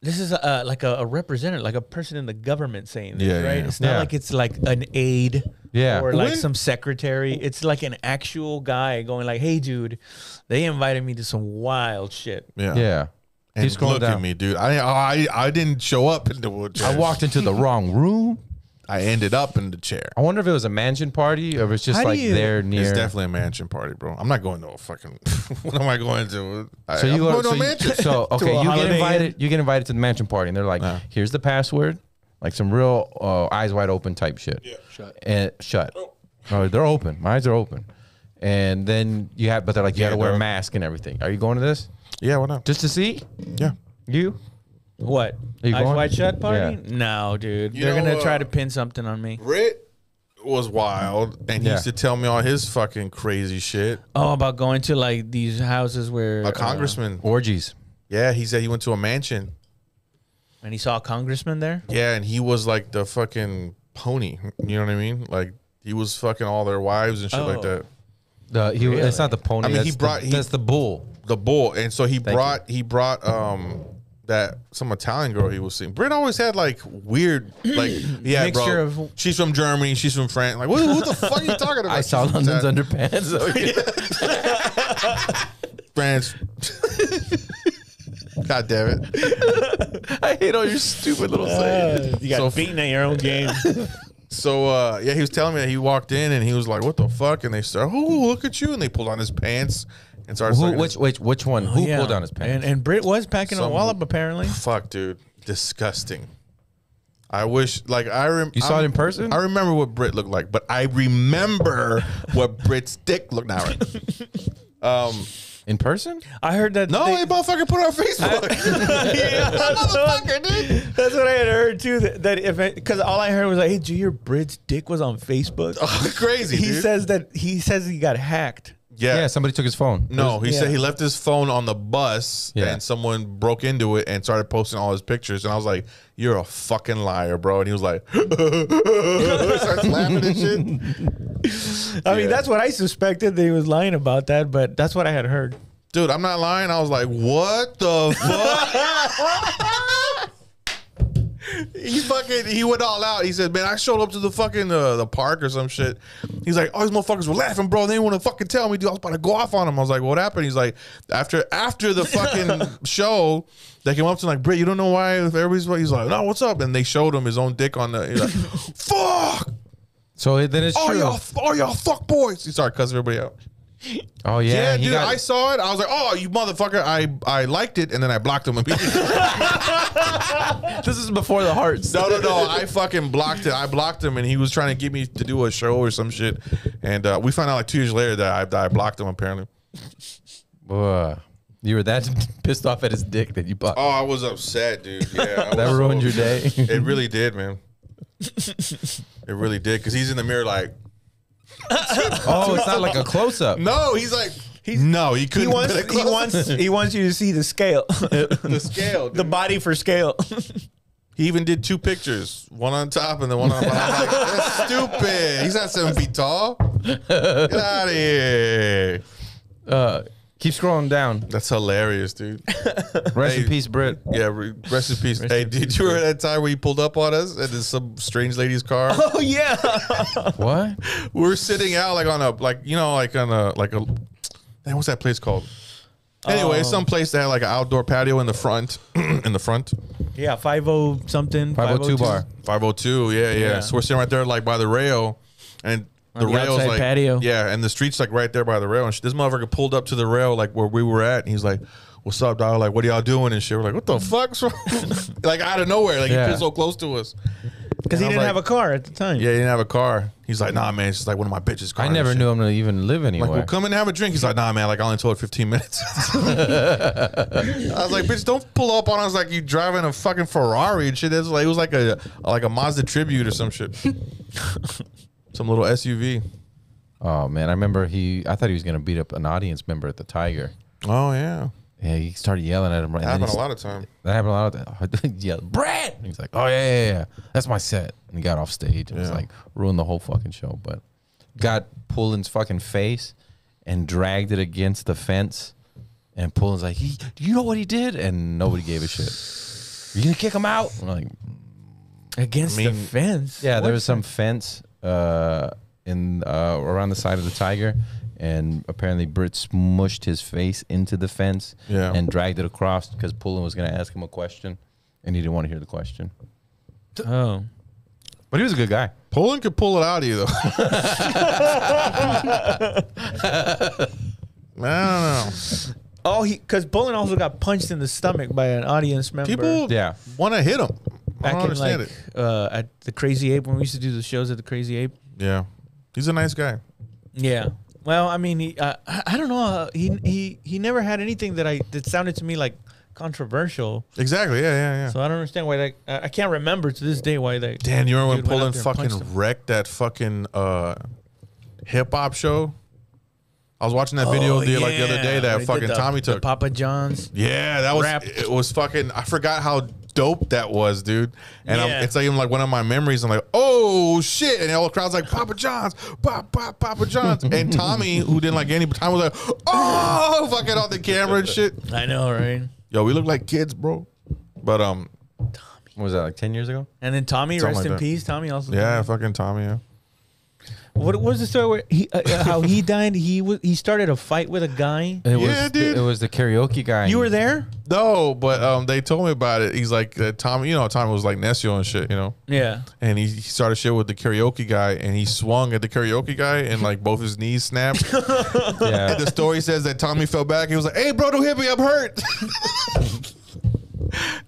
this is a, uh, like a, a representative, like a person in the government saying this, Yeah, yeah, right? yeah. It's not Yeah. like it's like an aide Yeah. or like When- some secretary. It's like an actual guy going like, "Hey, dude, they invited me to some wild shit." Yeah. yeah. And He's going look at down. me, dude. I I I didn't show up in the wood. I walked into the wrong room. I ended up in the chair. I wonder if it was a mansion party or if it's just How do like you- there near. It's definitely a mansion party, bro. I'm not going to a fucking. [laughs] what am I going to? I, So you I'm go, going so to a Uh-huh. you- [laughs] mansion. [laughs] so, okay, a you get Holiday invited. You get invited to the mansion party, and they're like, "Here's the password," like some real uh, eyes wide open type shit. Yeah, Shut. And shut. Oh, they're open. My eyes are open. And then you have, but they're like, you Yeah, got to wear a dog. mask and everything. Are you going to this yeah, why not? just to see yeah. you? What? Are you Eyes going? wide shut party? Yeah. No, dude. You They're know, gonna uh, try to pin something on me. Britt was wild, and he Yeah. used to tell me all his fucking crazy shit. Oh, about going to like these houses where A Uh-huh. uh, congressman. Orgies. yeah, he said he went to a mansion. and he uh, saw a congressman there. Yeah, and he was like the fucking pony. You know what I mean? Like he was fucking all their wives and shit like Oh. that. The he, It's not the pony. I mean, he that's brought- The, he- that's the bull. The bull, and so he you. brought he brought um that some Italian girl he was seeing. Britt always had like weird [clears throat] like yeah Mixture bro. of- she's from Germany, she's from France. Like who, who the fuck are you talking about? [laughs] I saw She's from London's Ta- [laughs] underpants. Okay. France. God damn it! I hate all your stupid little sayings. you got beaten at your own [laughs] game. So uh, yeah, he was telling me that he walked in and he was like, "What the fuck?" And they started, "Oh, look at you!" And they pulled on his pants and started. Who, sucking his- which which which Oh, one? Who pulled down his And, pants? and Britt was packing a Some- wallop apparently. Fuck, dude, disgusting. I wish, like, I remember. You saw it in person? I remember what Brit looked like, but I remember what Brit's dick looked now. [laughs] Right? Um, in person? I heard that. no, they- [laughs] they, motherfucker put it on Facebook. Yeah, [laughs] that's, what, that's what I had heard too. That, that if because all I heard was like, "Hey, did you hear Britt's dick was on Facebook?" [laughs] Crazy. he dude. says that he says he got hacked. yeah. Yeah. somebody took his phone. No, he said yeah. he left his phone on the bus Yeah. and someone broke into it and started posting all his pictures. And I was like, You're a fucking liar, bro. And he was like, [laughs] starts laughing and shit. I mean, Yeah. that's what I suspected that he was lying about that, but that's what I had heard. Dude, I'm not lying. I was like, What the fuck? He fucking he went all out. He said, "Man, I showed up to the fucking uh, the park or some shit." He's like, "All these motherfuckers were laughing, bro. They didn't want to fucking tell me, dude. I was about to go off on him." I was like, "What happened?" He's like, "After after the fucking show, they came up to him like, Britt, you don't know why everybody's." He's like, "No, what's up?" And they showed him his own dick on the. He's like, "Fuck! So it- then it's All true. Oh, y'all, all y'all fuck boys." He started cussing everybody out. Oh yeah, Yeah, he dude, got- I saw it. I was like, "Oh, you motherfucker!" I I liked it, and then I blocked him immediately. this is before the hearts. [laughs] No, no, no. I fucking blocked it. I blocked him, and he was trying to get me to do a show or some shit. And uh, we found out like two years later that I, that I blocked him, apparently. Ugh. you were that [laughs] pissed off at his dick that you bought. Oh, I was upset, dude. [laughs] Yeah. I that was ruined so- your day. It really did, man. It really did. Because he's in the mirror, like, oh, it's not like a close [laughs] up. no, he's like, he's, no, he couldn't. He wants put it he close. wants he wants you to see the [laughs] scale, the scale. the dude. body for [laughs] scale. he even did two pictures one on top and the one on bottom. I'm like, [laughs] that's stupid. He's not seven feet tall. Get out of here. Uh, keep scrolling down. That's hilarious, dude. Rest Hey. in peace, [laughs] Brit. Yeah, re- rest in peace. hey, did you remember that time where he pulled up on us and in some strange lady's [laughs] car? oh yeah, What? we were sitting out like on a like you know like on a like a man, what's that place called? Anyway, Um, some place that had like an outdoor patio in the front, [clears throat] in the front, yeah, five oh something, 502 bar. five hundred two. Yeah, yeah, Yeah. So we're sitting right there like by the rail, and the, the rail's outside like patio. Yeah, and the street's like right there by the rail. And sh this motherfucker pulled up to the rail like where we were at, and he's like, "What's up, dog? Like, what are y'all doing?" And shit. We're like, "What the fuck's wrong?" [laughs] like out of nowhere, like Yeah. he put so close to us. because he And I'm didn't like- have a car at the time. Yeah, he didn't have a car. He's like, "Nah, man, it's just like one of my bitches' cars." I never and shit." knew I'm gonna even live anywhere. Like, well, come and have a drink. He's like, nah, man. Like, I only told her 15 minutes. [laughs] I was like, bitch, don't pull up on us like you driving a fucking Ferrari and shit. That's like, it was like a like a Mazda Tribute or some shit, [laughs] some little SUV. oh man, I remember he. I thought he was gonna beat up an audience member at the Tiger. Oh yeah, Yeah, he started yelling at him. Right, that and then happened he a lot of time. That happened a lot. Of [laughs] th- yeah, Brad. And he's like, oh yeah, yeah, yeah. That's my set. And he got off stage and was Yeah. like, ruined the whole fucking show. But got Pullen's fucking face and dragged it against the fence. And Pullen's like, he, do you know what he did? And nobody gave a shit. You gonna kick him out? I'm like, against I the mean- fence. yeah, there What? was some fence uh, in uh, around the side of the tiger, and apparently Britt smushed his face into the fence Yeah. and dragged it across because Pullen was going to ask him a question, and he didn't want to hear the question. Oh, But he was a good guy. Poland could pull it out of you though. [laughs] I don't know. oh, he because Bolin also got punched in the stomach by an audience member. People Yeah. want to hit him. I back don't in understand like it. uh, at the Crazy Ape when we used to do the shows at the Crazy Ape. Yeah, he's a nice guy. Yeah. Well, I mean, he, uh, I I don't know. Uh, he he he never had anything that I that sounded to me like controversial. Exactly. Yeah, yeah, yeah. So I don't understand why that. I I can't remember to this day why that. Dan, you remember when dude went out Poland there and punched him. fucking wrecked that fucking uh, hip hop show? I was watching that video the, like the other day When he that Oh, did fucking the- Tommy the took. Papa John's. yeah, that was rap. it was fucking I forgot how dope that was, dude. And Yeah. I'm, it's like even like one of my memories. I'm like, oh shit, and all the crowd's like Papa John's, pop pop Papa [laughs] John's, and Tommy who didn't like any, but Tommy was like, oh fucking off the camera and shit. I know, right? Yo, we look like kids, bro. But um, What was that like ten years ago? And then Tommy, Something rest like in that. peace. Tommy also. yeah, fucking Tommy. Yeah. What, what was the story where he, uh, uh, how he died? He was he started a fight with a guy. It Yeah, was dude. The, it was the karaoke guy. You were there? No, but um, they told me about it. He's like uh, Tommy, you know, Tommy was like Nessio and shit, you know. Yeah. And he, he started shit with the karaoke guy, and he swung at the karaoke guy, and like both his knees snapped. [laughs] Yeah. [laughs] the story says that Tommy fell back. He was like, "Hey, bro, don't hit me. I'm hurt." [laughs]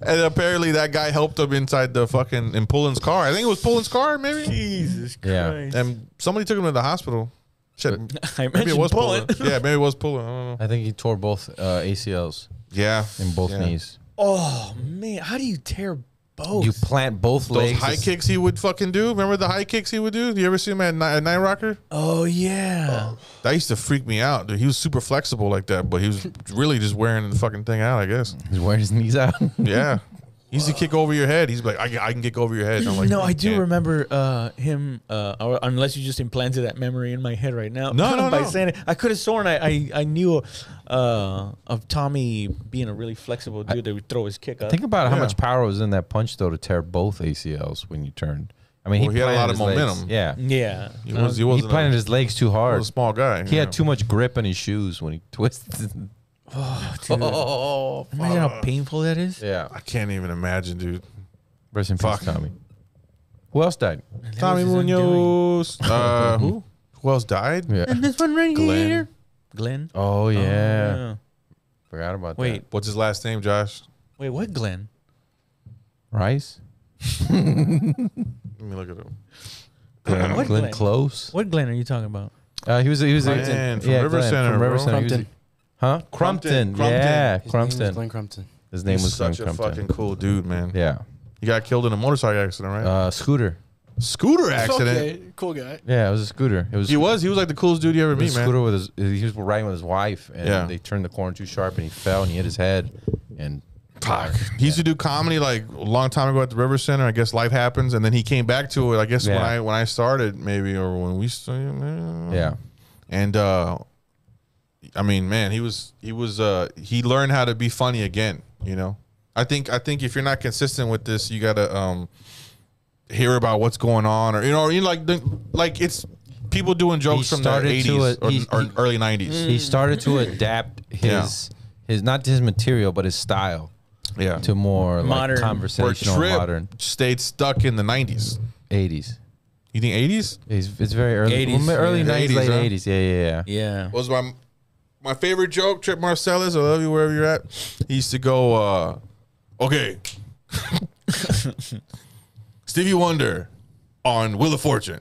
and apparently, that guy helped him inside the fucking in Pullen's car. I think it was Pullen's car, maybe. Jesus Yeah. Christ. And somebody took him to the hospital. Shit, I [laughs] maybe it mentioned was Pullen. Pullen. Yeah, maybe it was Pullen. I don't know. I think he tore both uh, ACLs Yeah, in both Yeah. knees. Oh man, how do you tear both? You plant both Those legs. high kicks he would fucking do. Remember the high kicks he would do? Do you ever see him at Night, at Night Rocker? oh yeah. That used to freak me out. Dude, he was super flexible like that, but he was really just wearing the fucking thing out, [laughs] I guess. He's wearing his knees out. [laughs] Yeah. He used to kick over your head. He's like, I, can- I can kick over your head. And I'm like, no, I "You do can't." remember uh, him. Uh, or unless you just implanted that memory in my head right now. No, [laughs] no, by no. saying it, I could have sworn I I, I knew uh, of Tommy being a really flexible dude that would throw his kick up. Think about how Yeah. much power was in that punch though to tear both ACLs when you turned. I mean, Well, he had a planted lot of his legs. momentum. Yeah, yeah. He, [laughs] was, he he wasn't planted a, his legs too he was hard. a small guy. He yeah. had too much grip on his shoes when he [laughs] twisted. Oh, imagine how painful that is. Yeah, I can't even imagine, dude. rest in peace, Fuck. Tommy. Who else died? That Tommy was his undoing. Munoz. [laughs] Uh, who? Who else died? [laughs] Yeah. And this one right Glenn. here, Glenn. Uh-huh. Oh yeah. Yeah. forgot about Wait, that. What's his last name, Josh? wait, what Glenn? [clears throat] Rice, Let me look at him. Glenn, What Glenn Glenn? Close. What Glenn are you talking about? Uh, he was he was a- Glenn from yeah, River Center, from River bro. Center. He was a- Crumpton. Huh? Crumpton, Crumpton. Crumpton. Yeah, His name was Glenn Crumpton. Crumpton. His name was Glenn such a fucking Crumpton. cool dude, man. Yeah. He got killed in a motorcycle accident, right? Uh, scooter. Scooter accident. Okay, cool guy. Yeah, it was a scooter. It was He was. He was like the coolest dude you ever The meet, scooter man. with his, he was riding with his wife, and Yeah. they turned the corner too sharp, and he fell and he hit his head, and Fuck. He used to do comedy like a long time ago at the River Center. I guess life happens, and then he came back to it. I guess when Yeah. I when I started, maybe or when we started. yeah, And uh, I mean, man, he was he was uh he learned how to be funny again. You know, I think I think if you're not consistent with this, you gotta um hear about what's going on, or you know, or you like the, like it's people doing jokes from the started to 80s a- or, he- or he- early 90s. he started to adapt his Yeah. his not his material but his style Yeah. to more Modern. like Where where conversational Trip modern stayed stuck in the 90s. eighties. You think eighties? It's, it's very early. 80s, Well, early yeah. 90s, 80s, late huh? 80s. Yeah, yeah, yeah. Yeah. was my my favorite joke. Trip Marcellus, I love you wherever you're at. He used to go, uh, okay, [laughs] Stevie Wonder on Wheel of Fortune.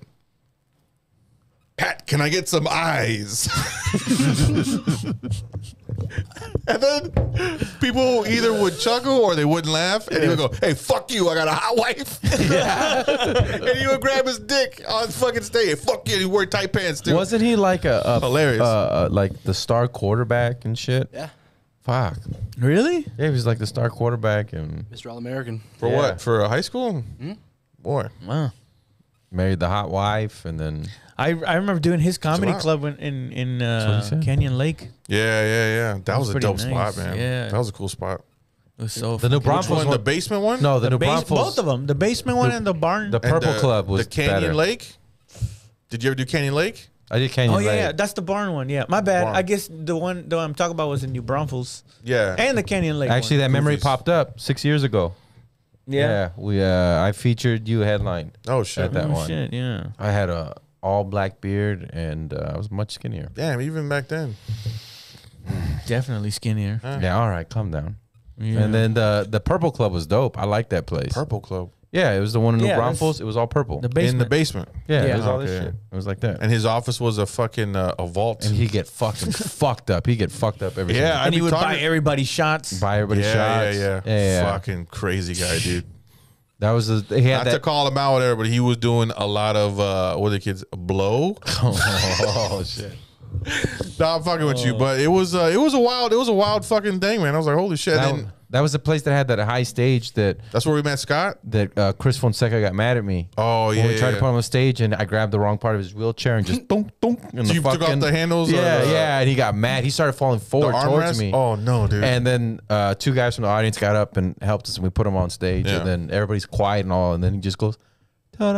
Pat, can I get some eyes? [laughs] and then people either would chuckle or they wouldn't laugh, and he would go, "Hey, fuck you! I got a hot wife." [laughs] and he would grab his dick on fucking stage. Fuck you! He wore tight pants too. Wasn't he like a, a Hilarious. uh, uh, like the star quarterback and shit? Yeah. Fuck. Really? Yeah, he was like the star quarterback and Mr. All American. For Yeah. what? For a high school? Boy. Wow. married the hot wife and then I, I remember doing his comedy lot. club in in, in That's uh, what he said. Canyon Lake. Yeah, yeah, yeah. That was a pretty dope nice. spot, man. Yeah. That was a cool spot. It was so the New Which Braunfels one? The one. basement one? no, the, New base, Braunfels. both of them, the basement one the- and the barn. The And Purple the- Club was the Canyon better. Lake. Did you ever do Canyon Lake? I did Canyon oh yeah, Lake. yeah, that's the barn one. Yeah, my bad. Barn. I guess the one the one I'm talking about was in New Braunfels Yeah. and the Canyon Lake. Actually, that memory Goofies. popped up six years ago. that yeah. we uh, I featured you headline. oh shit. At that- oh, one. shit, yeah. I had a all black beard and uh, I was much skinnier. Damn, even back then. Definitely skinnier. Yeah, all right, calm down. Yeah. And then the the Purple Club was dope. I like that place. Purple Club. Yeah, it was the one in New Yeah, that's- Braunfels. It was all purple. the In basement. the basement. yeah, Yeah. it was all this Okay. shit. It was like that. And his office was a fucking uh, a vault. And he get [laughs] fucking fucked up. He get fucked up every yeah, single and he be would talking- buy everybody shots. [laughs] Buy everybody yeah, shots. Yeah, yeah, yeah, yeah. Fucking crazy guy, dude. That was the he Not had to that. call him out, whatever, but he was doing a lot of uh, what are the kids blow. [laughs] [laughs] oh shit! Nah, I'm fucking Oh. with you, but it was uh, it was a wild it was a wild fucking thing, man. I was like, holy shit! That, And then, that was the place that had that high stage that that's where we met Scott. that uh, Chris Fonseca got mad at me. Oh yeah, when we yeah, tried yeah. to put him on stage, and I grabbed the wrong part of his wheelchair [laughs] and just thunk thunk. So And the you took off fucking- the handles or Yeah, the- yeah. And he got mad. He started falling the forward towards armrest. me. Oh no, dude. And then uh, two guys from the audience got up and helped us, and we put him on stage. Yeah. And then everybody's quiet and all, and then he just goes,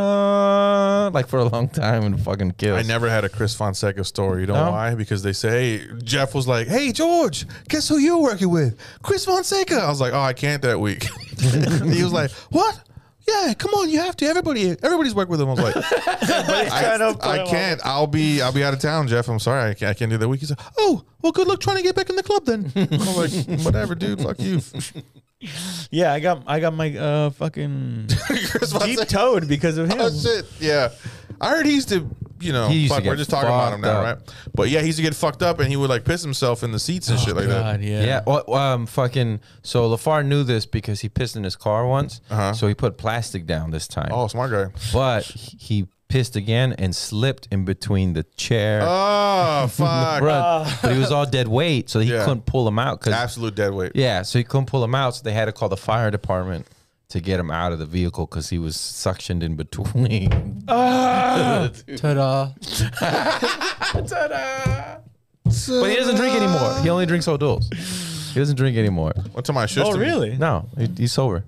"Ta-da!" like for a long time and fucking kills. I never had a Chris Fonseca story. You know No? why? Because they say, hey, Jeff was like, hey, George, guess who you're working with? Chris Fonseca. I was like, oh, I can't that week. [laughs] he was like, what? Yeah, come on, you have to. Everybody, everybody's working with him. I was like, I, I can't. I'll be, I'll be out of town, Jeff. I'm sorry, I can't, I can't do that week. He's like, oh, well, good luck trying to get back in the club then. I'm like, whatever, dude. Fuck you, Yeah, I got I got my uh [laughs] fucking Chris deep Fonseca. toed because of him. Oh shit! Yeah, I heard he used to. You know, He used fuck, to we're get just talking about him fucked now, up. right? But yeah, he used to get fucked up, and he would like piss himself in the seats and shit like God, that. yeah. Yeah. well, um, fucking. So Lafar knew this because he pissed in his car once. Uh-huh. So he put plastic down this time. Oh, smart guy. But he pissed again and slipped in between the chair. Oh and fuck! the rug. [laughs] But he was all dead weight, so he Yeah. couldn't pull him out. Cause Absolute dead weight. yeah, so he couldn't pull him out. So they had to call the fire department to get him out of the vehicle because he was suctioned in between. [laughs] Ta-da. But he doesn't drink anymore. He only drinks O'Doul's. He doesn't drink anymore. Went to my sister. Oh really? No, he, he's sober.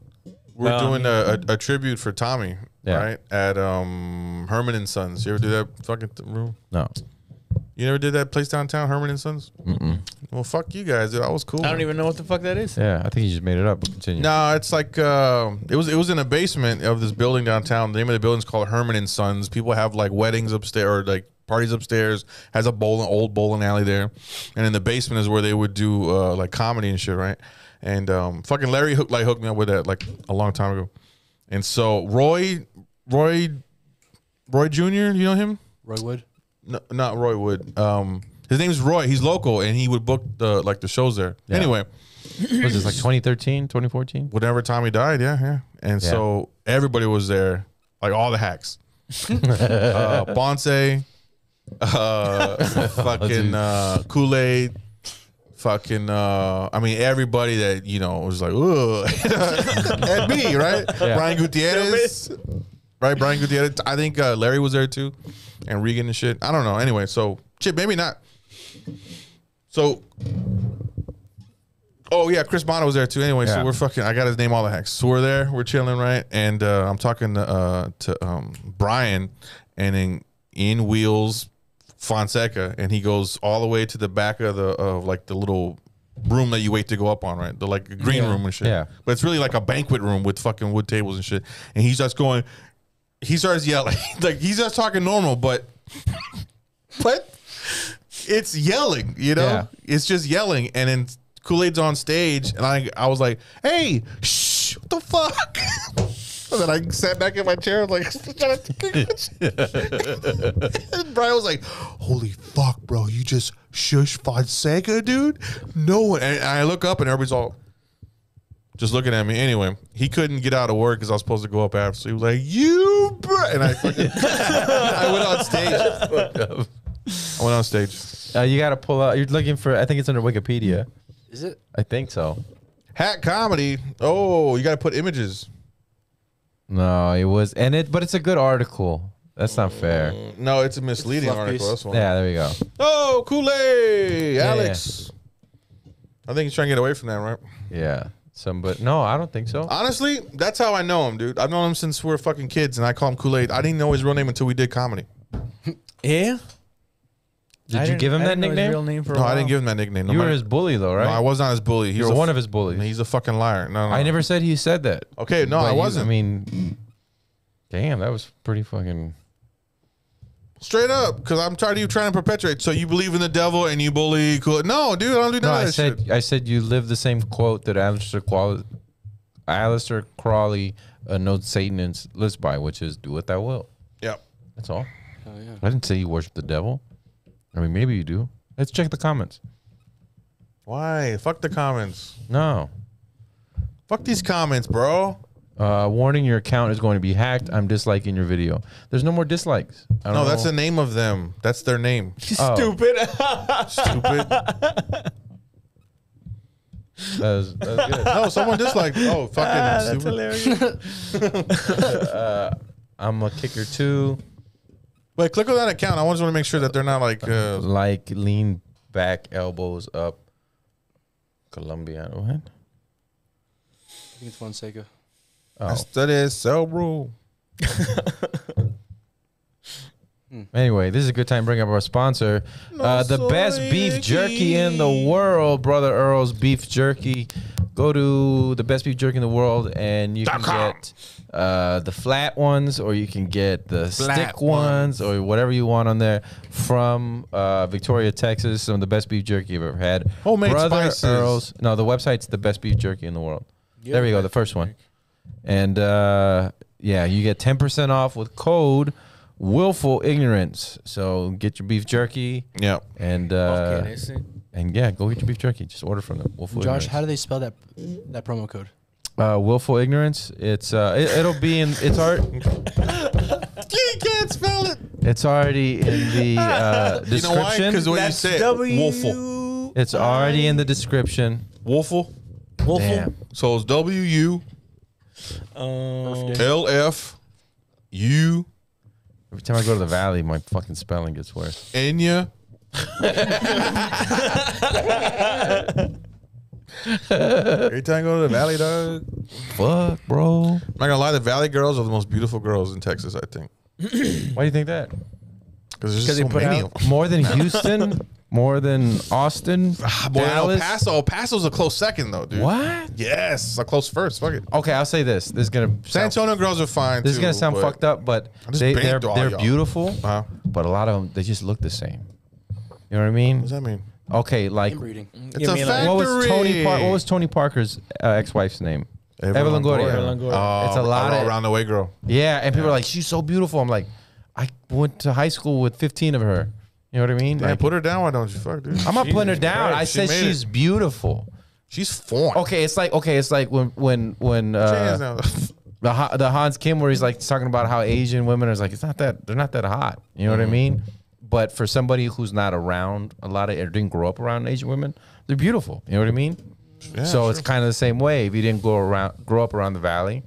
We're Well, doing a, a, a tribute for Tommy, Yeah. right? At um Herman and Sons. You ever do that fucking th- room? No. You never did that place downtown, Herman and Sons? Mm-mm. Well, fuck you guys, dude. I was cool. I don't even know what the fuck that is. Yeah, I think he just made it up. But continue. No, it's like uh, it was. It was in a basement of this building downtown. The name of the building's called Herman and Sons. People have like weddings upstairs or like parties upstairs. Has a bowling old bowling alley there, and in the basement is where they would do uh, like comedy and shit, right? And um, fucking Larry hooked like hooked me up with that like a long time ago, and so Roy, Roy, Roy Junior, you know him? Roy Wood. no, not Roy Wood. Um, his name's Roy. He's local, and he would book the like the shows there. Yeah. Anyway. Was this like 2013, 2014? whenever Tommy died, yeah, yeah. And Yeah. so everybody was there, like all the [laughs] hacks. uh, Ponce, [laughs] uh, fucking uh, Kool Aid, fucking, uh, I mean, everybody that, you know, was like, ugh. [laughs] At me, right? Yeah. Brian Gutierrez. Right, Brian Gutierrez. I think uh, Larry was there too, and Regan and shit. I don't know. Anyway, so shit, maybe not. So Oh yeah, Chris Bono was there too. Anyway, Yeah. so we're fucking. I got his name all the hacks. So we're there, we're chilling, right? And uh, I'm talking to, uh, to um, Brian, and in, in wheels Fonseca, and he goes all the way to the back of the of like the little room that you wait to go up on, right? The like green room and shit. Yeah. But it's really like a banquet room with fucking wood tables and shit. And he's just going he starts yelling. [laughs] like he's just talking normal, but [laughs] but it's yelling, you know? Yeah. It's just yelling. And then Kool-Aid's on stage and I I was like, hey, shh, what the fuck? [laughs] And then I sat back in my chair and like [laughs] and Brian was like, Holy fuck, bro, you just shush Fonseca, dude? No one and I look up and everybody's all just looking at me. Anyway, he couldn't get out of work because I was supposed to go up after. So he was like, "You," bro. and I, fucking, [laughs] I went on stage. I went on stage. Uh, you got to pull out. You're looking for. I think it's under Wikipedia. Is it? I think so. Hat comedy. Oh, you got to put images. No, it was, and it. But it's a good article. That's not fair. No, it's a misleading Fluff article. piece. This one. Yeah, there we go. Oh, Kool Aid, Alex. I think he's trying to get away from that, right? Yeah, some, but no, I don't think so. Honestly, that's how I know him, dude. I've known him since we were fucking kids, and I call him Kool Aid. I didn't know his real name until we did comedy. Yeah. Did you give him that nickname? Real name for No, I didn't give him that nickname. you were Nobody- his bully though, No, I right? was not his bully. He's you were a f- one of his bullies. He's a fucking liar. No, no, I no. never said he said that. Okay, no, But I you- wasn't. I mean, damn, that was pretty fucking. Straight up, because I'm tired of you trying to perpetuate. So you believe in the devil and you bully. Cool. No, dude, I don't do none No, of I that said shit. I said you live the same quote that Alistair Crowley, Alistair Crowley uh, notes Satan and s- lives by, which is "Do what thou wilt." Yeah. That's all. Oh yeah. I didn't say you worship the devil. I mean, maybe you do. Let's check the comments. Why? Fuck the comments. No. Fuck these comments, bro. Uh, warning: Your account is going to be hacked. I'm disliking your video. There's no more dislikes. I don't No, know. that's the name of them. That's their name. oh. Stupid. [laughs] Stupid. That's, that's good. No, someone disliked. [laughs] Oh, fucking stupid. Uh, I'm a kicker too. [laughs] Wait, click on that account. I just want to make sure that they're not like. Uh, [laughs] Like lean back, elbows up. Colombian. What? I think it's Fonseca. I Oh. studied cell rule. Anyway, this is a good time to bring up our sponsor. uh, the best beef jerky in the world, Brother Earl's Beef Jerky. Go to the best beef jerky in the world, and you can get uh, the flat ones, or you can get the stick ones, or whatever you want on there from uh, Victoria, Texas. Some of the best beef jerky I've ever had. Homemade Brother spices. Earl's. No, the website's the best beef jerky in the world. there we go, the first one. And uh, yeah, you get 10% off with code willful ignorance. So get your beef jerky Yeah. and uh, and yeah, go get your beef jerky. Just order from them. Willful Josh, how ignorance. do they spell that that promo code? uh, willful ignorance. It's uh, it, it'll be in. It's art. [laughs] You can't spell it. It's already in the uh, [laughs] You know why? description. Because when you say it, Wolful. it's already in the description. Wolful. Damn. So it's W U Um, L F U Every time I go to the valley, my fucking spelling gets worse. [laughs] Enya. Every time I go to the Valley, dog. Fuck, bro. I'm not gonna lie, the Valley girls are the most beautiful girls in Texas, I think, Why do you think that? because there's 'Cause just they so put many out- of them. More than Houston. More than Austin. Ah, Boy, El Dallas. Paso, El Paso's a close second though, dude. What? Yes, a close first. Fuck it. Okay, I'll say this. This is gonna San sound, Antonio girls are fine. this is gonna sound fucked up, but just they, banged they're all they're y'all. beautiful. Huh? But a lot of them, they just look the same. You know what I What mean? does that mean? Okay, like Inbreeding. Mm, It's a fact. what was Tony? Par- Factory. what was Tony Parker's uh, ex-wife's name? Evelyn Longoria. Evelyn Longoria. Oh, It's a lot all of- around the way girl. Yeah, and people are like, she's so beautiful. I'm like, I went to high school with 15 of her. You know what I mean? Man, Like, put her down. Why don't you fuck, dude? I'm not putting her Jesus down. Christ, I she said made it. she's beautiful. She's fine. Okay, it's like okay, it's like when when when Hands uh, down. the Ha- the Hans Kim where he's like talking about how Asian women are like it's not that they're not that hot. You know what Mm-hmm. I mean? But for somebody who's not around a lot of or didn't grow up around Asian women, they're beautiful. You know what I mean? Yeah, so sure. it's kind of the same way. If you didn't grow around grow up around the valley,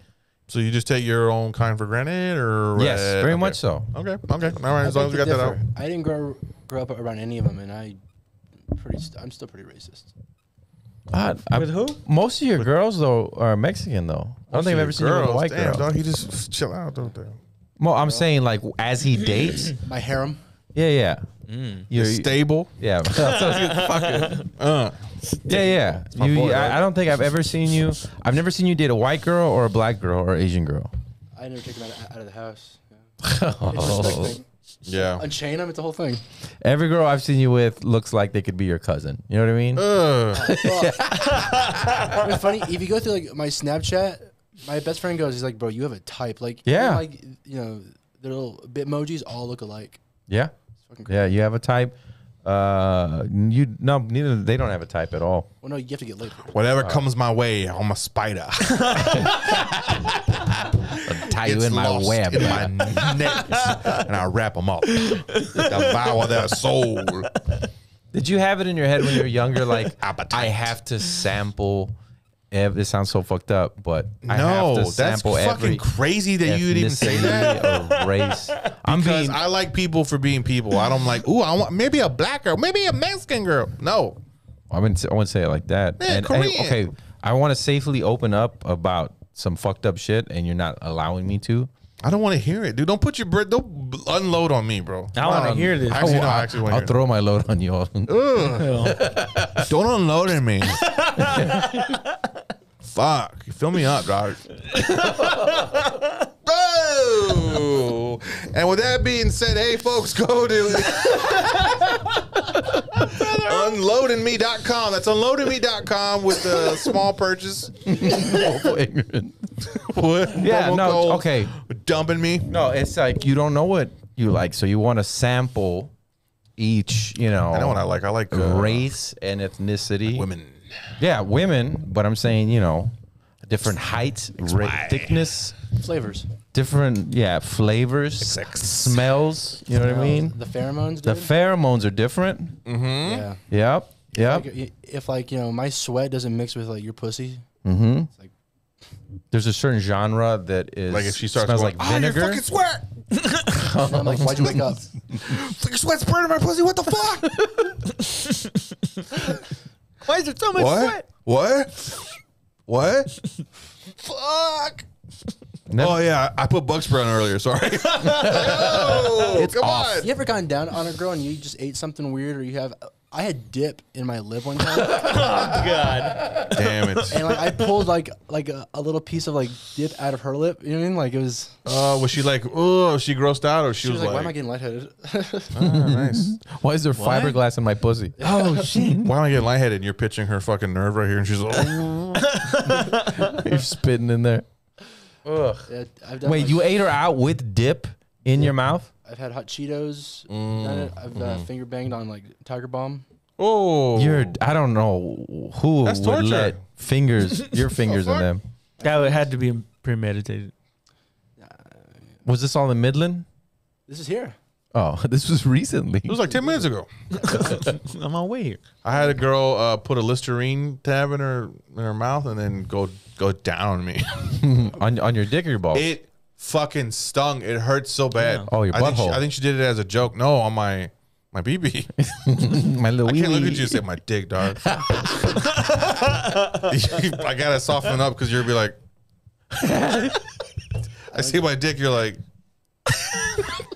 So you just take your own kind for granted, or yes, uh, very okay. much so. Okay, okay, all right. As long as we got that out. I didn't grow, grow up around any of them, and I pretty st- I'm still pretty racist. God, I- With who? Most of your girls though are Mexican though. I don't think I've ever seen you with a Girls, white damn, girl. dog, he just chill out, don't they? Mo, I'm saying like as he dates. My harem. yeah, yeah. Mm. You're, Stable. [laughs] Uh, Yeah. yeah, yeah. You, boy, right? I, I don't think I've ever seen you. I've never seen you date a white girl or a black girl or Asian girl. [laughs] I never take them out of, out of the house. It's just like they Oh. Yeah. unchain them. It's a whole [laughs] thing. Every girl I've seen you with looks like they could be your cousin. You know what I Uh, mean? Ugh. It's funny if you go through like my Snapchat. My best friend goes, he's like, bro, you have a type. Like, Yeah. like you know, their little bitmojis all look alike. Yeah. It's fucking crazy. Yeah, you have a type. Uh, you no, neither they don't have a type at all. Well, no, you have to get laid. for it. Whatever Uh, comes my way, I'm a [laughs] spider. Tie Gets lost in my net, and I wrap them [laughs] up, devour their soul. Did you have it in your head when you were younger? Like [laughs] I Appetite. have to sample. Ev- this sounds so fucked up, but I have no, to that's sample fucking every crazy that you didn't say that. ethnicity or race. I'm Because being I like people for being people. I don't like, ooh, I want maybe a black girl, maybe a Mexican girl. No. I wouldn't. Say, I wouldn't say it like that. Yeah, and, and- Korean. okay, I want to safely open up about some fucked up shit, and you're not allowing me to. I don't want to hear it, dude. Don't put your bread, don't b- unload on me, bro. I want Um, to hear this. Actually, no, I actually I'll want to throw my load on you all. [laughs] Don't unload on [laughs] me. Fuck. You fill me up, [laughs] dog. Boo! And with that being said, hey, folks, go to unloadingme.com. That's unloadingme.com with a small purchase. Yeah, Promo no, code okay. Dumping me. No, it's like you don't know what you like, so you want to sample each, you know, I know what I like. I like uh, race and ethnicity. women. Yeah, women, but I'm saying, you know, different heights, ra- thickness, Flavors. different, yeah, flavors, Sex. smells. You know what I mean? the pheromones. The Dude? pheromones are different. Mm. yeah. Yep. Yep. Like, i- if like you know, my sweat doesn't mix with like your [laughs] pussy. There's a certain genre that is Like if she starts smells going, like "Oh, your vinegar. fucking sweat. And I'm like, why'd you wake up? Your sweat's burning my pussy. What the fuck? Why is there so much What? What? What? Fuck. No. Oh yeah, I put bug spray on earlier. Sorry. [laughs] oh, come on. You ever gone down on a girl and you just ate something weird, or you have? I had dip in my lip one time, God. Damn it. [laughs] and like I pulled like like a, a little piece of like dip out of her lip. You know what I mean? Like it was. Uh, was she like, oh, she grossed out, or she, She was like, "Why am I getting lightheaded?" [laughs] "Ah, nice. Why is there fiberglass in [laughs] my pussy? Oh shit. Why am I getting lightheaded? And you're pitching her fucking nerve right here, and she's like, [laughs] [laughs] You're spitting in there. Yeah, I've done, Wait, like- you ate her out with dip in your mouth? I've had hot Cheetos. done it. I've uh, finger banged on like Tiger Bomb. oh, You're I don't know who That's would torture. let [laughs] fingers your fingers in them. That would- had to be premeditated. Was this all in Midland? This is here. Oh, [laughs] this was recently. It was like ten minutes ago. I'm on way here. I had a girl uh, put a Listerine tab in her in her mouth, and then go go down on me. on on your dick or your balls. It fucking stung. It hurt so bad. Yeah. Oh, your I think, she, butthole. I think she did it as a joke. No, on my my BB. my [laughs] little I can't look at wee. you and say my dick, dog. [laughs] [laughs] I gotta soften up because you'll be like, [laughs] I see my dick. You're like,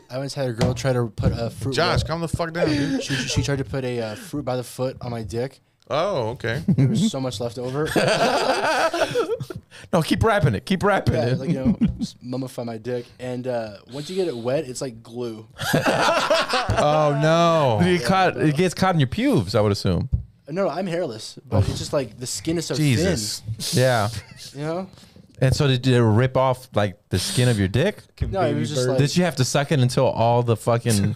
I once had a girl try to put a fruit. Josh, come the fuck down, dude. She, she tried to put a uh, fruit by the foot on my dick. Oh, okay. [laughs] There was so much left over. No, keep wrapping it. Keep wrapping Yeah, it. like you know, just mummify my dick. And uh, once you get it wet, it's like glue. Oh no. it, caught, it gets caught in your pubes, I would assume. No, I'm hairless, but it's just like the skin is so Jesus. Yeah. thin. You know? And so did it rip off like the skin of your dick? No, it was just Did like you have to suck it until all the fucking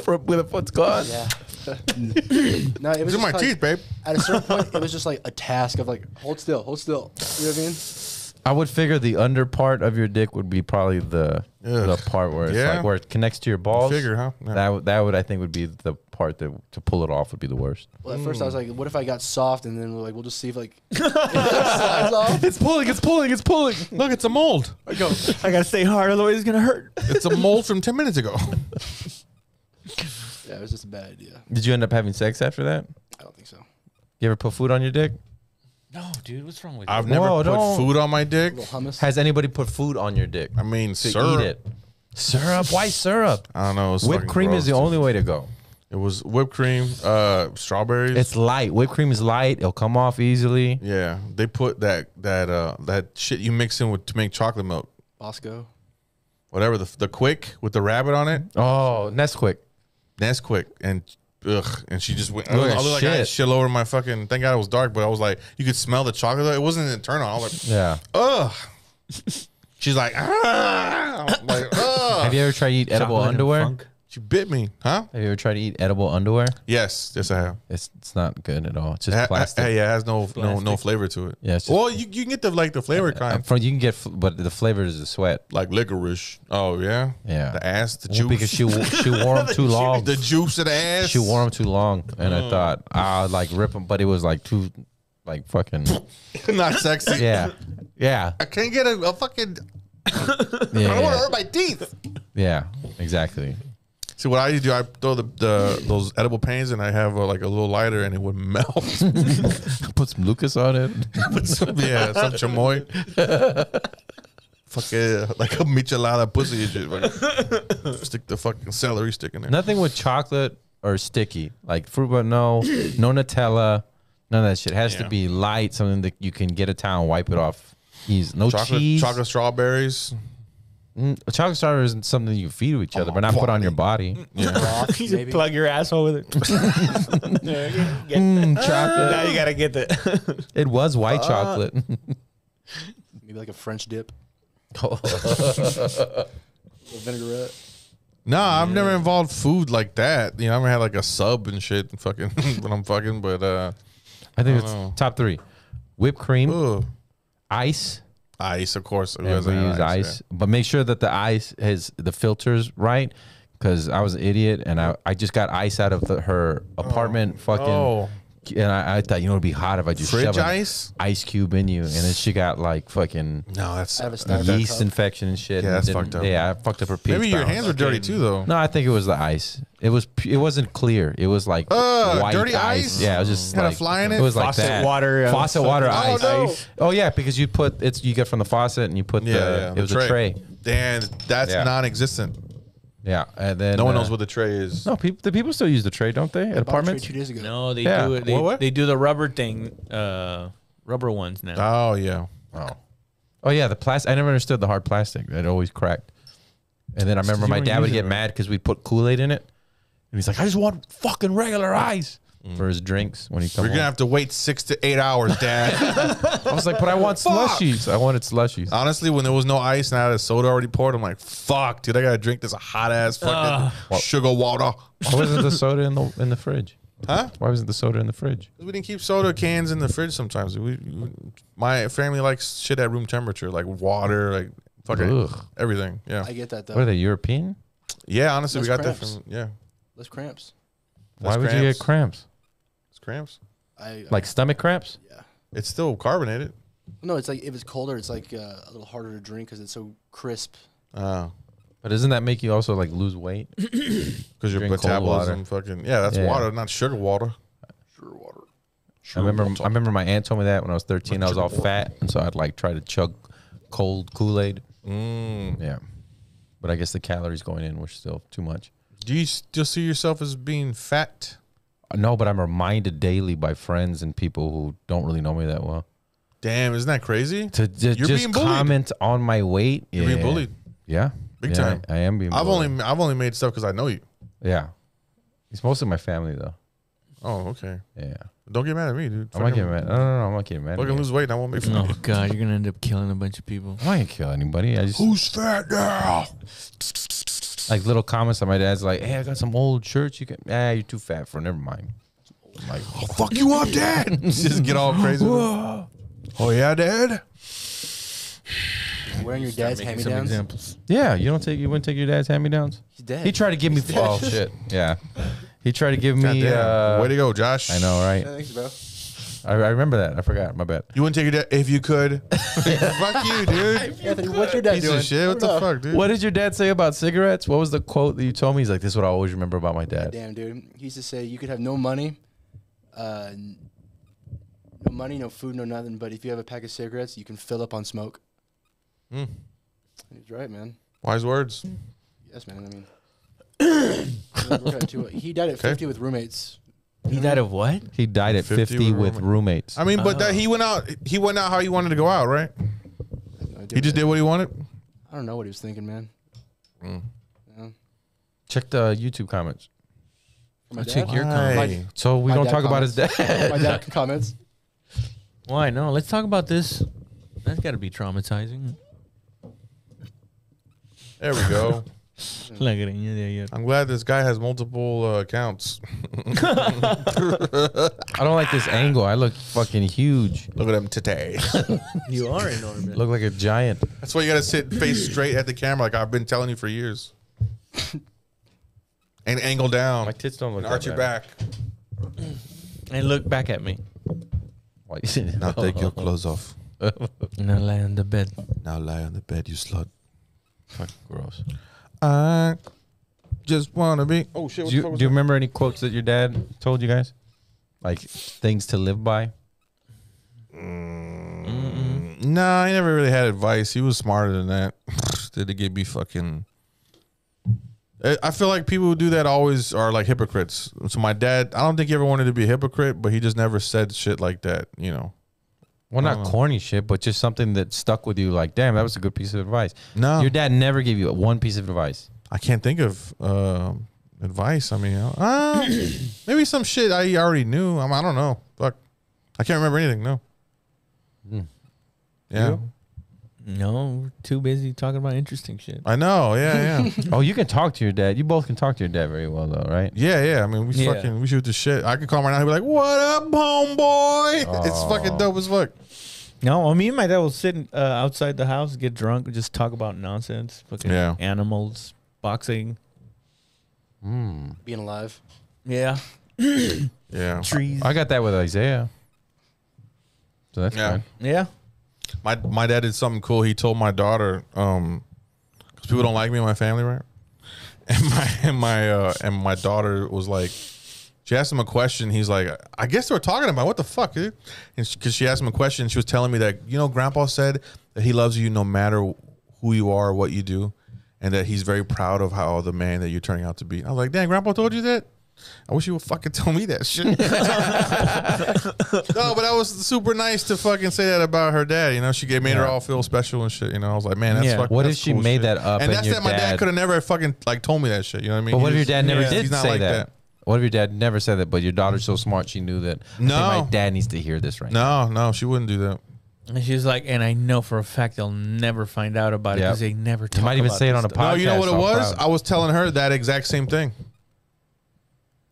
from where the foot's gone? yeah. [laughs] no, it was These are just my like, teeth, babe. At a certain point, it was just like a task of like hold still, hold still. You know what I mean? I would figure the under part of your dick would be probably the the part where it's Yeah. like where it connects to your balls. Figure, huh? Yeah. That would- that would I think would be the part that to pull it off would be the worst. Well, at first I was like, what if I got soft? And then we're like, we'll just see if like [laughs] if it slides off. It's pulling, it's pulling, it's pulling. Look, it's a mold. I go. I gotta stay hard, otherwise it's gonna hurt. [laughs] It's a mold from ten minutes ago. [laughs] Yeah, it was just a bad idea. Did you end up having sex after that? I don't think so. You ever put food on your dick? No, dude, what's wrong with I've never Whoa, put don't- food on my dick. little hummus. Has anybody put food on your dick I mean, to syrup. eat it? Syrup? Why syrup? I don't know. It was Whipped fucking cream is the gross. only way to go. It was whipped cream, uh, strawberries. It's light. Whipped cream is light. It'll come off easily. yeah, they put that that uh that shit you mix in with to make chocolate milk. Bosco. whatever the the quick with the rabbit on it. Oh, Nesquik. Nesquik and ugh, and she just went. I Look looked, at I looked like I had shit. shit all over my fucking. Thank God it was dark, but I was like, you could smell the chocolate. though. It wasn't an turn on. I was [laughs] like, Yeah. ugh. She's like, ah, I'm like, Have ugh. you ever tried to eat edible Chocolate and underwear? funk. She bit me, huh? Have you ever tried to eat edible underwear? Yes, yes, I have. It's it's not good at all. It's Ha- just ha- plastic. yeah, it has no no no Plastic. flavor to it. Yeah, it's just- well, you, you can get the like the flavor kind, From you can get, f- but the flavor is the sweat. like licorice. Oh yeah, Yeah. The ass, the Well, juice, because she she [laughs] wore them too She- long. The juice of the ass. She wore them too long, and I thought I'd like rip them, but it was like too, like fucking [laughs] Not sexy. [laughs] yeah, yeah, I can't get a, a fucking. I don't want to yeah, hurt my teeth. yeah, exactly. See what I do? I throw the, the those edible panes, and I have uh like a little lighter, and it would melt. [laughs] Put some Lucas on it. With some, yeah, some chamoy. Fucking uh, like a michelada pussy. and shit. Like, stick the fucking celery stick in there. Nothing with chocolate or sticky, like fruit, but no, [coughs] no Nutella, none of that shit. Has Yeah. to be light, something that you can get a towel, wipe it off. Easy. No chocolate, cheese. chocolate strawberries. Mm, chocolate starter isn't something you feed to each other, but not put on your body. [laughs] [laughs] Broth, [laughs] You maybe. plug your asshole with it. [laughs] [laughs] Mm, chocolate. now you gotta get the. It was Uh, white chocolate. [laughs] Maybe like a French dip. A vinaigrette. No, I've never involved food like that. You know, I've never had like a sub and shit. And fucking [laughs] when I'm fucking, but uh, I think it's know. top three: whipped cream, ugh. ice. ice, of course. Who Yeah, we hasn't had use ice, but make sure that the ice has the filters right. Because I was an idiot and I, I just got ice out of the, her apartment, fucking, Oh, no. and I, I thought you know it'd be hot if I yeah. just Fridge shove an ice? ice cube in you, and then she got like fucking No, that's uh, I have a snack. yeast infection and shit. Yeah, and that's didn't- fucked up. Yeah, I fucked up her pH. maybe your balance. hands were dirty too, though. No, I think it was the ice. It was. pu- It wasn't clear. It was like Ugh, white dirty ice? Yeah, it was just Had a like, fly in it? It was like Faucet that. water, uh, faucet water Oh, ice. no. Oh yeah, because you put it's you get from the faucet and you put Yeah, the yeah. Uh, it was a tray. Dan, that's Yeah. non-existent. Yeah, and then No one uh, knows what the tray is. No, people the people still use the tray, don't they? At Bought a tray apartments. two days ago. no, they Yeah. do it. They, What, what? they do the rubber thing, uh, rubber ones now. Oh yeah. Oh. Oh yeah, the plastic. I never understood the hard plastic. It always cracked. And then I remember 'cause you my weren't dad would using get it. mad because we put Kool Aid in it, and he's like, "I just want fucking regular ice." For his drinks when he You're comes. Mm. gonna have to wait six to eight hours, [laughs] Dad. I was like, but [laughs] I want slushies. I wanted slushies. Honestly, when there was no ice and I had a soda already poured, I'm like, fuck, dude, I gotta drink this hot ass fucking sugar water. Why wasn't the soda in the in the fridge? Huh? Why wasn't the soda in the fridge? We didn't keep soda cans in the fridge sometimes. We, we- my family likes shit at room temperature, like water, like fucking Ugh. everything. Yeah, I get that though. What are they European? yeah. Honestly, we got that That's from cramps. yeah. That's cramps. Why would you get cramps? It's cramps. I Like stomach cramps? yeah. It's still carbonated. No, it's like if it's colder, it's like uh, a little harder to drink because it's so [laughs] crisp. Oh, But doesn't that make you also like lose [laughs] weight? because your Drink cold metabolism, fucking yeah. That's Yeah. water, not sugar water. Sure, water. I remember I remember my aunt told me that when I was 13, I was all fat, and so I'd like try to chug cold Kool-Aid. Mm. Yeah. But I guess the calories going in were still too much. Do you still see yourself as being fat? Uh, No, but I'm reminded daily by friends and people who don't really know me that well Damn, isn't that crazy? to ju- You're just being bullied. comment on my weight. You're being bullied. Yeah. Big Yeah, time. I, I am being I've bullied. only I've only made stuff because I know you. Yeah. It's mostly my family though. Oh, okay. Yeah. Don't get mad at me, dude. I'm not getting mad. No, no, no, I'm not getting mad. at Fucking you. lose weight, and I won't make fun. Oh of you. God, you're gonna end up killing a bunch of people. I'm not gonna kill anybody. I just Who's fat now? like little comments on my dad's like, Hey, I got some old shirts you can ah, you're too fat for never mind. I'm like fuck you up, Dad. [laughs] Just get all crazy. oh yeah, Dad. Wearing your dad's hand me downs. examples. Yeah, you don't take you wouldn't take your dad's hand me downs? He's dead. He tried to give me oh shit. Yeah. He tried to give God me damn. uh, Way to go, Josh. I know, Yeah, right? thanks, [laughs] bro. I, I remember that. I forgot. My bad. You wouldn't take your dad if you [laughs] could. fuck you, [laughs] dude. Anthony, what's your dad Piece doing? of shit. What the fuck, dude? What did your dad say about cigarettes? What was the quote that you told me? He's like, This is what I always remember about my dad. Damn, dude. He used to say you could have no money, uh, n- no money, no food, no nothing. But if you have a pack of cigarettes, you can fill up on smoke. Mm. He's right, man. Wise words. Yes, man. I mean, we're at two- he died at 50 with roommates. He died of what? He died at 50 50, with with roommates. I mean, but that he went out. He went out how he wanted to go out, right? I have no idea He what just did what he wanted. I don't know what he was thinking, man. Check the YouTube comments. My I check dad? your Why? comments. So we My don't dad talk about his comments. [laughs] dad. [laughs] My dad comments. Why no? Let's talk about this. That's got to be traumatizing. There we go. La greña de ayer. I'm glad this guy has multiple uh, accounts. [laughs] I don't like this angle. I look fucking huge. Look at him today. [laughs] You are enormous. Look like a giant. [laughs] That's why you gotta sit face straight at the camera, like I've been telling you for [laughs] years. And angle down, Oh, My tits don't look. and arch your back. And look back at me. Not [laughs] that your clothes off. And I lie on the bed. Now lie on the bed, you slut. Fucking gross. I just wanna be. Oh shit! Do What you, the fuck was do you remember any quotes that your dad told you guys? Like things to live by. that? Nah, he never really had advice. He was smarter than that. [sighs] Did it get be fucking? I I feel like people who do that always are like hypocrites. So my dad, I don't think he ever wanted to be a hypocrite, but he just never said shit like that. You know? Well, not corny shit, but just something that stuck with you. Like, damn, that was a good piece of advice. No. Your dad never gave you one piece [laughs] of advice. I can't think of uh, advice. I mean, uh, maybe some shit I already knew. I'm, I don't know. Fuck, I can't remember anything. No. Yeah, You? No, we're too busy talking about interesting shit. I know. Yeah, yeah, Oh, you can talk to your dad. You both can talk to your dad very well, though, right? yeah, yeah. I mean, we Yeah. fucking we shoot the shit. I could call him right now. He'd be like, "What up, homeboy?" It's fucking dope as fuck. No, I mean, my dad will sit uh, outside the house, get drunk, and just talk about nonsense. Fucking Yeah. animals, boxing. Hmm. Being alive. Yeah. Yeah, Trees. I got that with Isaiah. So that's yeah. fine. yeah. My my dad did something cool. He told my daughter, um, because people don't like me in my family, right? And my and my uh, and my daughter was like, she asked him a question. He's like, I guess they were talking about what the fuck, dude. And because she, asked him a question, she was telling me that you know, Grandpa said that he loves you no matter who you are, or what you do, and that he's very proud of how the man that you're turning out to be. I was like, damn, Grandpa told you that. I wish you would fucking tell me that shit. [laughs] No, but that was super nice to fucking say that about her dad. You know, she gave made her all feel special and shit. You know, I was like, man, that's Yeah. fucking. What that's if she cool made shit. that up And and that's your that my dad dad- could have never fucking like told me that shit. You know what I mean? But what if He your was- dad never yeah, did he's say not like that? What if your dad never said that, but your daughter's so smart she knew that? I think No. my dad needs to hear this right now. No, no, she wouldn't do that. And she's like, and I know for a fact they'll never find out about it Yeah. because they never talk You might even about say it this on a stuff. podcast. no, you know what it out was? loud. I was telling her that exact same thing.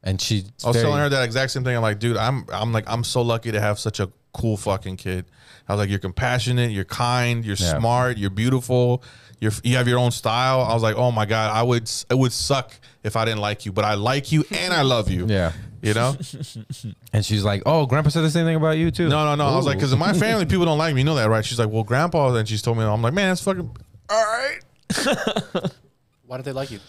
and she. I was telling her that exact same thing. I'm like, dude, I'm I'm like I'm so lucky to have such a cool fucking kid. I was like, you're compassionate, you're kind, you're Yeah. smart, you're beautiful, you're you have your own style. I was like, oh my god, I would it would suck if I didn't like you, but I like you and I love you. Yeah. You know? And she's like, "Oh, Grandpa said the same thing about you too." No, no, no. I was like, because [laughs] in my family, people don't like me. You know that, right? She's like, well, grandpa. Then she's told me, I'm like, man, that's fucking all right. Why don't they like you?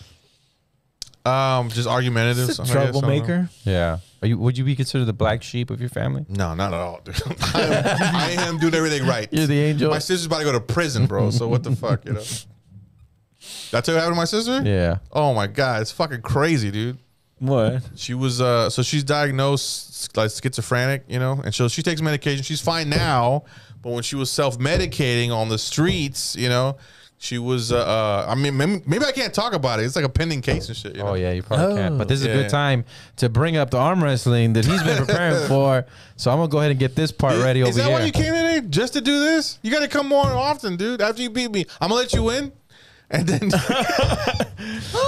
Um, just argumentative. It's a I guess, I don't know. troublemaker. Yeah. Are you? Would you be considered the black sheep of your family? No, not at all, dude. [laughs] I am, I am doing everything right. You're the angel. My sister's about to go to prison, bro. So what the fuck, [laughs] you know? That's what happened to my sister. Yeah. Oh my god, it's fucking crazy, dude. What? She was uh, so she's diagnosed like schizophrenic, you know, and so she takes medication. She's fine now, but when she was self medicating on the streets, you know, she was. Uh, uh, I mean, maybe, maybe I can't talk about it. It's like a pending case and shit. You know? Oh yeah, you probably can. But this is a Yeah. good time to bring up the arm wrestling that he's been [laughs] preparing for. So I'm gonna go ahead and get this part ready Is over that here. why you came today? Just to do this? You got to come more often, dude. After you beat me, I'm gonna let you win, and [laughs] then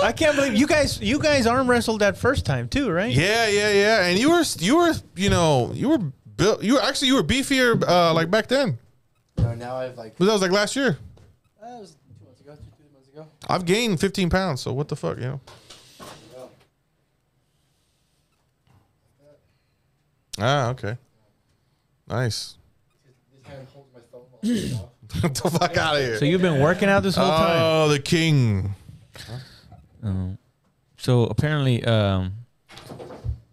I can't believe you guys. You guys arm wrestled that first time too, right? yeah, yeah, yeah. And you were you were you know you were built. You were actually you were beefier uh, like back then. No, now I've like. That was like last year. Uh, it was two months ago, two, three months ago. I've gained 15 pounds, so what the fuck, you know? Ah, okay. Nice. [laughs] This hand holds my phone. while I take it off. Get the fuck out of here. So you've been working out this whole time. oh, the king. So apparently, um,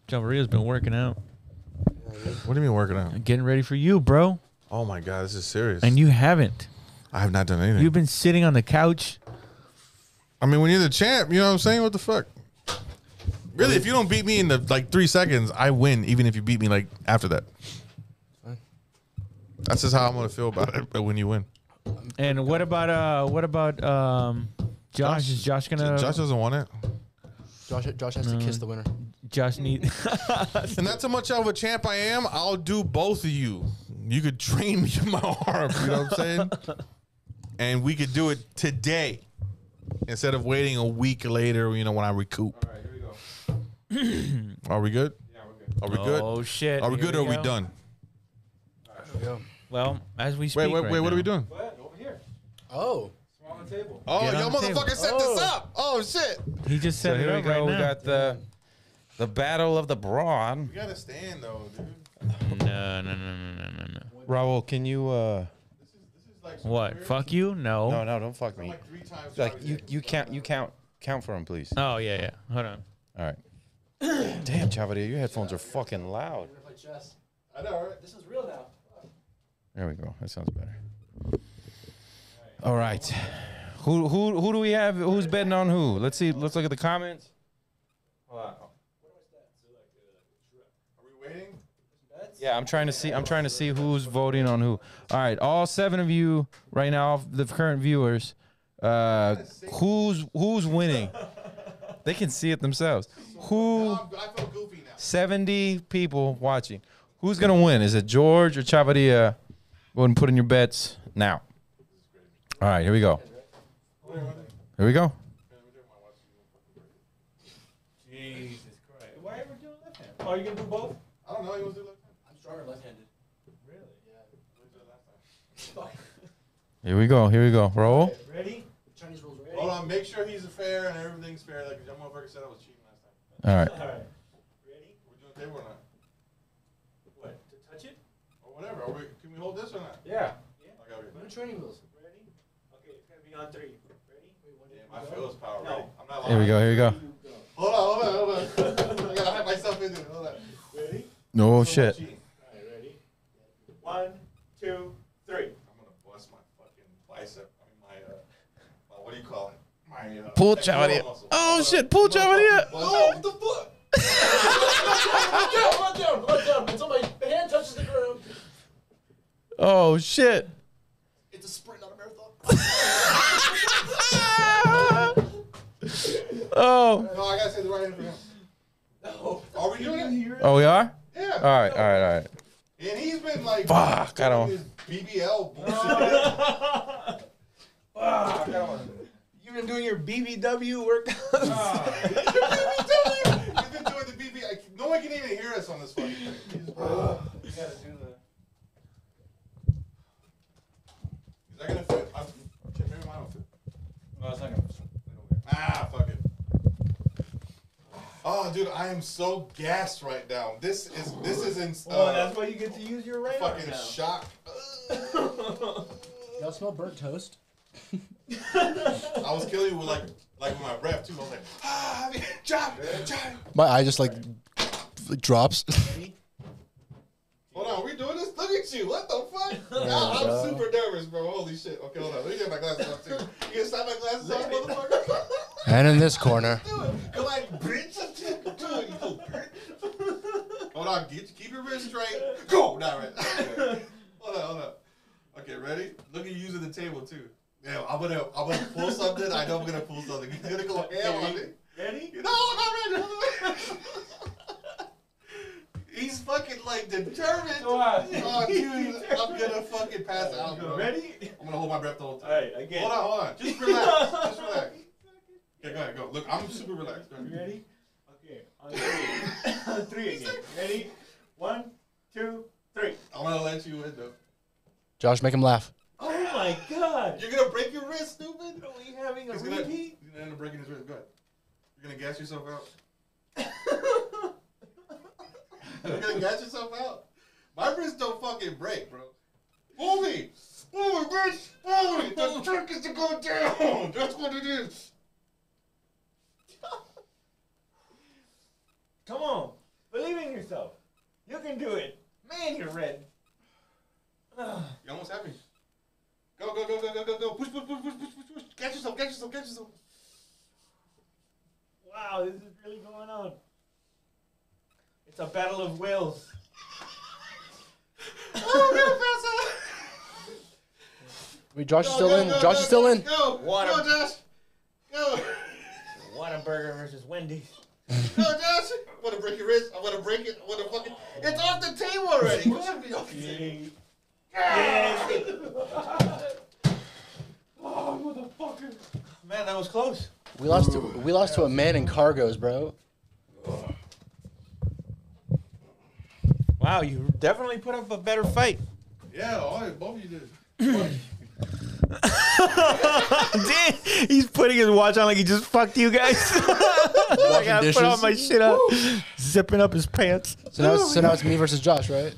Chavarria's been working out, What do you mean working out? getting ready for you, bro. Oh my god, this is serious. And you haven't. I have not done anything. You've been sitting on the couch. I mean, when you're the champ, you know what I'm saying? What the fuck? Really, if you don't beat me in the like three seconds, I win. Even if you beat me like after that, that's just how I'm gonna feel about it. But when you win, And what about uh, what about um, Josh, is Josh gonna? Josh doesn't want it. Josh, Josh has to kiss the winner. Josh [laughs] need. And that's how much of a champ I am. I'll do both of you. You could train me [laughs] in my arm. You know what I'm saying? and we could do it today instead of waiting a week later. You know when I recoup. All right, here we go. [clears throat] Are we good? Yeah, we're good. Are we good? Oh shit! are we here good or are we go. done? Yeah. Well, as we speak. Wait, wait, right wait. what are we now. doing? Oh, Oh, Get on y'all the table. motherfuckers set this up. Oh shit! You He just So said here we it go. up we right got the the battle of the brawn. gotta stand though, dude. now. No, no, no, no, no, no, no. Raul, can you? uh This is this is like What? Fuck you? No. No, no, don't fuck me. three times. Like you, you count, you count, count for him, please. Oh yeah, yeah. Hold on. All right. [clears throat] Damn, Chavadier, your headphones are fucking loud. I know, right? This is real now. There we go. That sounds better. All right. Who who who do we have? Who's betting on who? Let's see. Let's look at the comments. Are we waiting? Yeah, I'm trying to see. I'm trying to see who's voting on who. All right, all seven of you right now, the current viewers. Uh, who's who's winning? They can see it themselves. Who? I feel goofy now. 70 people watching. Who's going to win? Is it George or Chavadia? Go ahead and put in your bets now. All right, here we go. Here we go. Jesus Christ. Why ever do left hand? Oh, you gonna do both? I don't know. He was like, I'm stronger left-handed. Really? Yeah. Here we go. Here we go. Roll. Ready? Chinese rules. Ready? hold on, make sure he's fair and everything's fair. Like that motherfucker said, I was cheating last time. All right. All right. Ready? Are we doing table or not? What? To touch it? Or whatever. Are we, can we hold this or not? Yeah. Like, okay. what are training wheels? Ready? Okay, it's gonna be on three. Ready? Wait, one, Damn, I feel his power. Ready. I'm not lying. Here we go. Here we go. two, Hold on, hold on, hold on. [laughs] I gotta hide myself in there. Hold on. go. Ready? No shit. Cheating. All right, ready? One, two, three. I'm gonna bust my fucking bicep. I mean, my, uh, my what do you call it? My uh, Pull pectoral Chavadia. muscle. Oh, Hold on. shit, pull Chavadia. Motherfucking bust the foot! Let down, let down, let down. Until my hand touches the ground. Oh, shit. It's a sprint, not a [laughs] marathon. [laughs] Oh. it. No, I gotta say the right hand for him. [laughs] No. Are we doing it? Oh, we are? Yeah. All right. All right. All right. And he's been like, Fuck, I don't- doing his BBL bullshit. You've been doing your BBW workout. He's been doing the BB. I, no one can even hear us on this fucking thing. He's- You gotta do the. Is that gonna fit? I'm, okay, maybe mine will fit. No, it's not gonna. Ah, fuck it. Oh, dude, I am so gassed right now. This is this is in Oh, uh, that's why you get to use your radar fucking now. shock. Y'all smell burnt toast? I was killing you with like like with my breath too. I was like, ah, [laughs] drop, drop. My eye just like drops. [laughs] Hold on, we doing this? Look at you. What the fuck? Now I'm super nervous, bro. Holy shit. Okay, hold on. Let me get my glasses off too. You gonna stop my glasses off, motherfucker? and in this corner. Come on, bitch. Dude, you little bitch. Hold on, get, keep your wrist straight. Go! Not right. [laughs] hold on, hold on. Okay, ready? Look at using the table too. Yeah, I'm gonna I'm gonna pull something. I know I'm gonna pull something. [laughs] He's gonna go ham on me. Ready? No, I'm not ready. [laughs] He's fucking like determined. Go on. Oh, dude, I'm gonna fucking pass out. You Bro. ready? [laughs] I'm gonna hold my breath the whole time. Alright, again. Hold on, hold on. [laughs] Just relax. Just relax. Okay, go ahead, go. Look, I'm super relaxed. Go ahead. You ready? Okay, on three. [laughs] on three again. Ready? One, two, three. I'm gonna let you in though. Josh, make him laugh. Oh my god! You're gonna break your wrist, stupid. Are we having a He's gonna, he's repeat? gonna end up breaking his wrist. Go ahead. You're gonna gas yourself out. [laughs] You're gonna gas yourself out. My wrist don't fucking break, bro. Move me. Move me, bitch. Move me. The trick is to go down. That's what it is. Come on. Believe in yourself. You can do it. Man, you're red. [sighs] You almost have me. Go, go, go, go, go, go, go. Push, push, push, push, push, push, push. Catch yourself, catch yourself, catch [laughs] yourself. Wow, this is really going on. It's a battle of wills. Oh, I'm gonna pass out. Wait, Josh is Go, still go, in. go, Josh go, is still go, in. Go, Water. go, Josh. Go, Burger versus Wendy's. No, Josh, I want to break your wrist. I want to break it. I want to fucking. It's off the table already. Come on, be off the table. Man, that was close. We lost to we lost to a man in cargos, bro. Wow, you definitely put up a better fight. Yeah, all right, both of you did. [laughs] Damn, he's putting his watch on like he just fucked you guys. [laughs] I gotta put all dishes. my shit up, zipping up his pants. So now, it's, so now it's me versus Josh, right?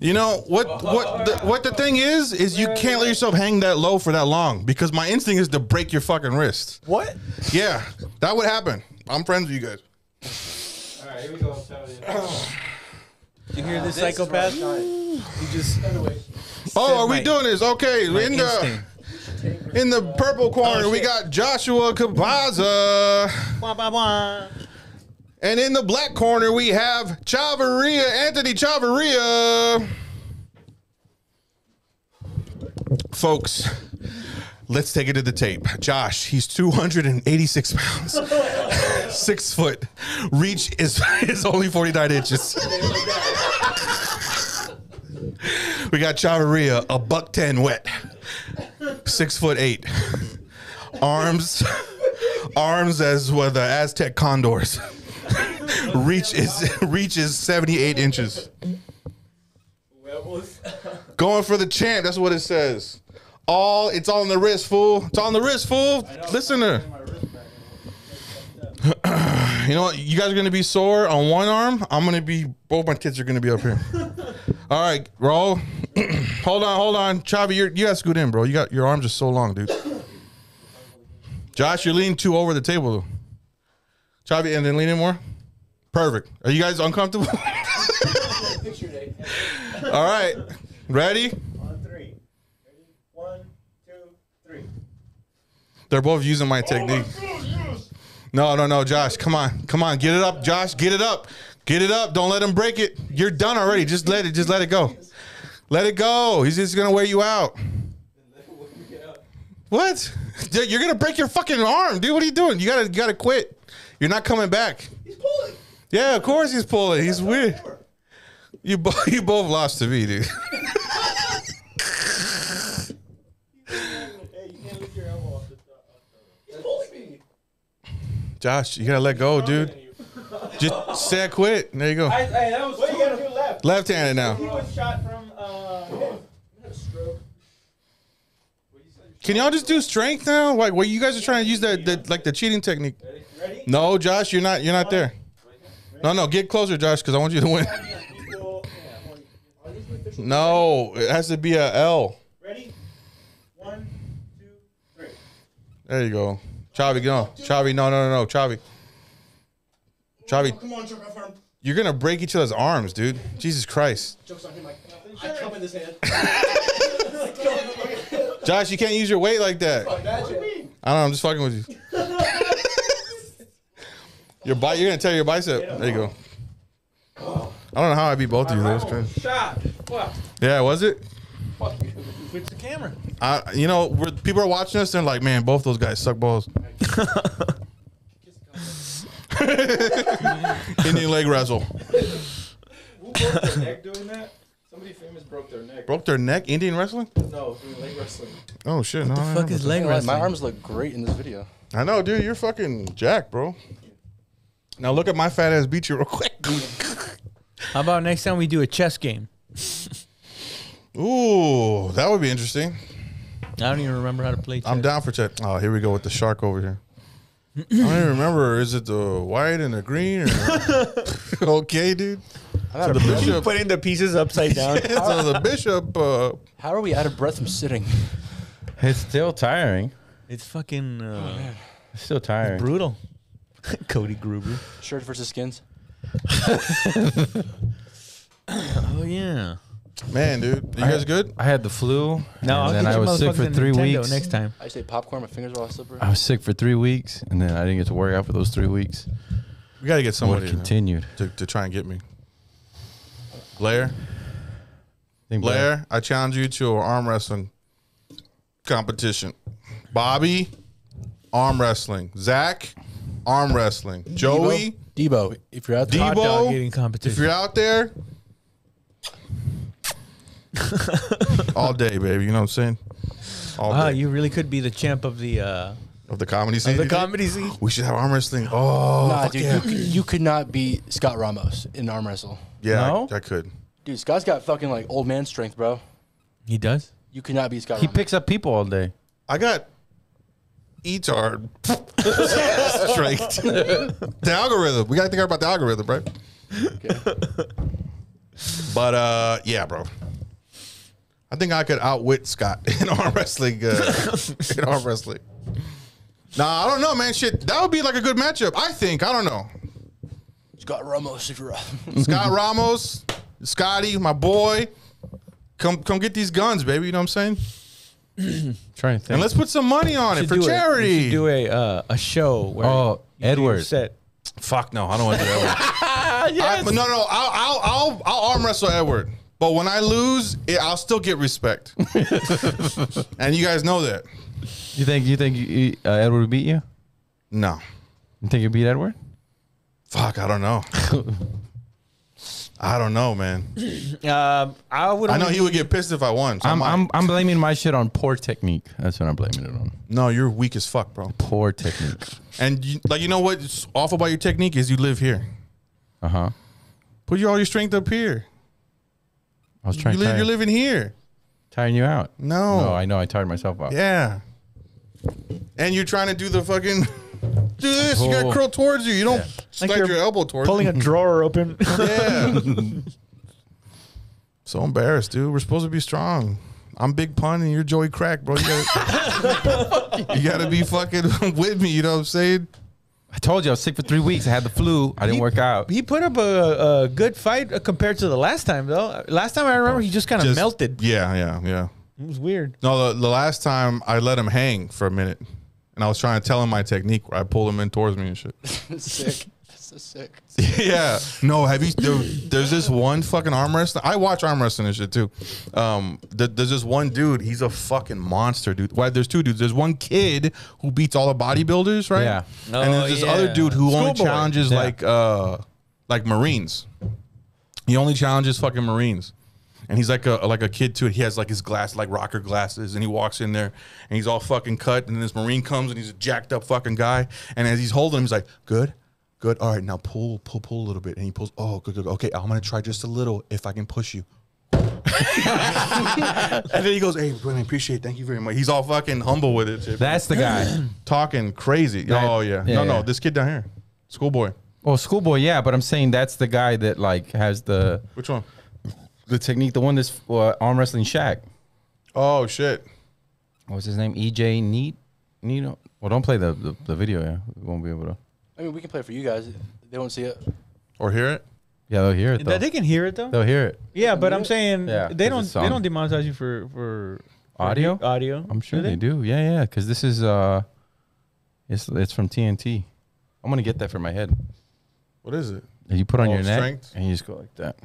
You know what? What? The, what the thing is, is you can't let yourself hang that low for that long because my instinct is to break your fucking wrist. What? Yeah, that would happen. I'm friends with you guys. All right, here we go. You hear this psychopath? He just Oh, are we my- doing this? Okay, my in the instinct. in the purple corner Oh, we shit. got Joshua Cabaza, Wah, wah, wah. and in the black corner we have Chavarria Anthony Chavarria. Folks, let's take it to the tape. Josh, he's 286 pounds, [laughs] six foot. Reach is [laughs] is only 49 inches. [laughs] we got Chavarria, a buck ten wet, six foot eight. Arms, [laughs] arms as were the Aztec condors. reach is [laughs] reach is 78 inches. Going for the champ. That's what it says. All it's on the wrist, fool. It's on the wrist, fool. Listener. [clears throat] You know what? You guys are gonna be sore on one arm. I'm gonna be. Both my tits are gonna be up here. All right, roll. [clears throat] hold on, hold on, Chavi. You're, you got to scoot in, bro. You got your arms are so long, dude. Josh, you're leaning too over the table, though. Chavi, and then lean in more. Perfect. Are you guys uncomfortable? [laughs] All right. Ready? On three. Ready? One, two, three. They're both using my technique. No, no, no, Josh. Come on. Come on. Get it up, Josh. Get it up. Get it up. Don't let him break it. You're done already. Just let it. Just let it go. Let it go. He's just gonna wear you out. What? Dude, you're gonna break your fucking arm, dude. What are you doing? You gotta you gotta quit. You're not coming back. He's pulling. Yeah, of course he's pulling. He's weird. You bo- [laughs] you both lost to me, dude. [laughs] Hey, you can't lift your elbow off the top. He's pulling me. Josh, you gotta let go, dude. Just say I quit. There you go. Hey, that was What you gotta do left? Left handed now. He was shot from uh. stroke. Can y'all just do strength now? Like, what you guys are trying to use that, that like the cheating technique? Ready? No, Josh, you're not. You're not there. No, no, get closer, Josh, because I want you to win. Equal. Yeah, one. Are these with the- No, it has to be a L. Ready? One, two, three. There you go. Chavi, go. Chavi, no, no, no, no, Chavi. Chavi, Come on, choke my firm. you're gonna break each other's arms, dude. Jesus Christ, Joke's on him. Like, I come in this hand. Josh, you can't use your weight like that. Imagine. I don't know. I'm just fucking with you. your bi- you're gonna tear your bicep. There you go. I don't know how I beat both of you. That was crazy. shot. Fuck. Yeah, was it? Switch the camera. I, you know, we're, people are watching us. They're like, man, both those guys suck balls. [laughs] Indian leg wrestle. Who broke their neck doing that? Somebody famous broke their neck. Broke their neck. Indian wrestling. No, doing leg wrestling. Oh shit. no, I don't Fuck know his about leg My wrestling. arms look great in this video. that. I know, dude. You're fucking jack, bro. Now look at my fat ass beat you real [laughs] quick. How about next time we do a chess game? Ooh, that would be interesting. I don't even remember how to play chess. I'm down for check. Oh, here we go with the shark over here. I don't even remember. Is it the white and the green? Or... [laughs] okay, dude. I'm out The of breath. bishop. Putting the pieces upside down. so the bishop. Uh, How are we out of breath from sitting? It's still tiring. [laughs] it's fucking Oh, uh, It's still tiring. brutal. [laughs] Cody Gruber. Shirt versus skins. Oh yeah. man, dude, you guys good? I had the flu. No, I'll and then get I you was sick for motherfuckers a three Nintendo weeks. next time. I just ate popcorn. My fingers are all slippery. I was sick for three weeks, and then I didn't get to work out for those three weeks. We gotta get What somebody to, continued? to, to try and get me. Blair, I think Blair, I challenge you to an arm wrestling competition. Bobby, arm wrestling. Zach, arm wrestling. Joey, Debo, if you're out there, Debo, dog eating if competition. you're [laughs] out there, all day, baby. You know what I'm saying? All Wow, day. Ah, you really could be the champ of the uh, of the comedy scene. of [laughs] the you think? comedy scene. We should have arm wrestling. Oh, nah, fuck dude, yeah. you, could- you could not beat Scott Ramos in arm wrestle. yeah, No? I, I could. Dude, Scott's got fucking like old man strength, bro. He does. You could not beat Scott. He Ramos. picks up people all day. I got E [laughs] etard strength. the algorithm. We gotta think about the algorithm, right? But uh, yeah, bro. I think I could outwit Scott [laughs] in arm wrestling. [laughs] Uh, in arm wrestling. Nah, I don't know, man. Shit, that would be like a good matchup. I think. I don't know. Scott Ramos. If you're out. [laughs] Scott Ramos, Scotty, my boy. Come, come get these guns, baby. You know what I'm saying? trying to think. And let's put some money on it Should for do it. We should charity. do a uh, a show where Oh, you do Edward. set. Fuck no, I don't want to do [laughs] that. I- no, no, I'll, I'll, I'll, I'll arm wrestle Edward. But when I lose, it, I'll still get [laughs] respect. and you guys know that. you think you think you, uh, Edward would beat you? No. You think you beat Edward? Fuck, I don't [laughs] know. I don't know, man. Um, I would. I know he would get pissed if I won. so I I'm, might. I'm I'm blaming my shit on poor technique. That's what I'm blaming it on. no, you're weak as fuck, bro. Poor technique. And you, like, you know what's awful about your technique is you live here. Uh huh. Put your all your strength up here. I was trying You to live, tire, you're living here. tiring you out. No. No, I know. I tired myself out. Yeah. And you're trying to do the fucking [laughs] do this. You got Oh. to curl towards you. You don't slide Like you're your elbow towards. pulling you. a [laughs] drawer open. Yeah. [laughs] so embarrassed, dude. We're supposed to be strong. I'm Big Pun and you're Joey Crack, bro. You gotta, you gotta be fucking [laughs] with me. You know what I'm saying? I told you I was sick for three weeks. I had the flu. I didn't work out. he put up a, a good fight uh, compared to the last time though. Last time I remember, he just kind of Just- melted. Yeah, yeah, yeah. It was weird. No, the, the last time I let him hang for a minute, and I was trying to tell him my technique. Where I pulled him in towards me and shit. sick. [laughs] That's so sick. [laughs] yeah. No, have you? There, there's this one fucking arm wrestler. I watch arm wrestling and shit too. Um, th- there's this one dude. He's a fucking monster, dude. Why? There's two dudes. There's one kid who beats all the bodybuilders, right? Yeah. and Oh, there's this yeah. other dude who only Schoolboy. challenges Yeah. like uh, like Marines. He only challenges fucking Marines. And he's like a like a kid too. He has like his glass, like rocker glasses, and he walks in there and he's all fucking cut. And this Marine comes and he's a jacked up fucking guy. And as he's holding him, he's like, Good, good. All right, now pull, pull, pull a little bit. And he pulls, oh, good, good. Okay, I'm gonna try just a little if I can push you. [laughs] and then he goes, Hey, Gwen, I appreciate it. Thank you very much. He's all fucking humble with it. shit. That's the guy. [clears throat] talking crazy. That- oh yeah. yeah, No, no, yeah. this kid down here. Schoolboy. Oh, schoolboy. Yeah, but I'm saying that's the guy that like has the Which one? the technique. The one that's uh, arm wrestling Shaq. Oh shit. What was his name? EJ Neat. Nito. Well, don't play the, the the video. Yeah, we won't be able to. I mean, we can play it for you guys. They won't see it. Or hear it? Yeah, they'll hear it though. They can hear it though. They'll hear it. Yeah, but I'm saying Yeah, they 'cause don't it's they on. don't demonetize you for for for Audio? he- audio. I'm sure they? do. Yeah, yeah. Because this is uh, it's it's from TNT. I'm gonna get that for my head. What is it? And you put on Oh, your neck strength? and you just go like that.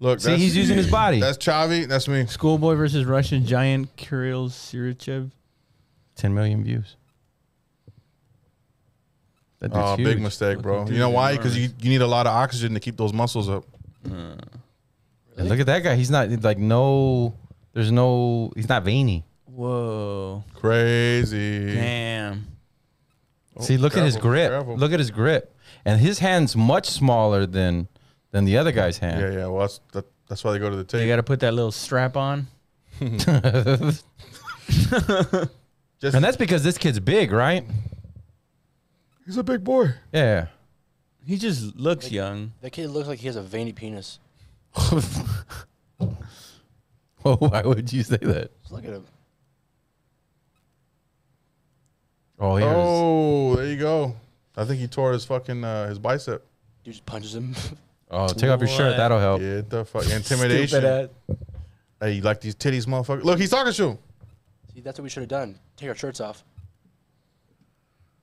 Look, See, he's using his body. That's Chavi. That's me. Schoolboy versus Russian giant Kirill Sirichev. Ten million views. That dude's Oh, big huge. mistake, bro. Fucking You know dude, why? you're Because you, you need a lot of oxygen to keep those muscles up. And look at that guy. He's not like no. There's no. He's not veiny. Whoa, Crazy. damn. Oh, See, look at his careful, grip. careful. Look at his grip, and his hand's much smaller than than the other guy's hand. Yeah, yeah. Well, that's that, that's why they go to the You tape. got to put that little strap on. Just, And that's because this kid's big, right? he's a big boy. Yeah. [laughs] He just looks young. That kid looks like he has a veiny penis. well, Oh, why would you say that? Just look at him. Oh, here's oh. Oh, there you go. I think he tore his fucking uh, his bicep. Dude just punches him. [laughs] oh, take off your shirt. Oh, What? That'll help. Get the fuck intimidation. Stupid Hey, you like these titties, motherfucker? Look, he's talking to him. See, that's what we should have done. Take our shirts off.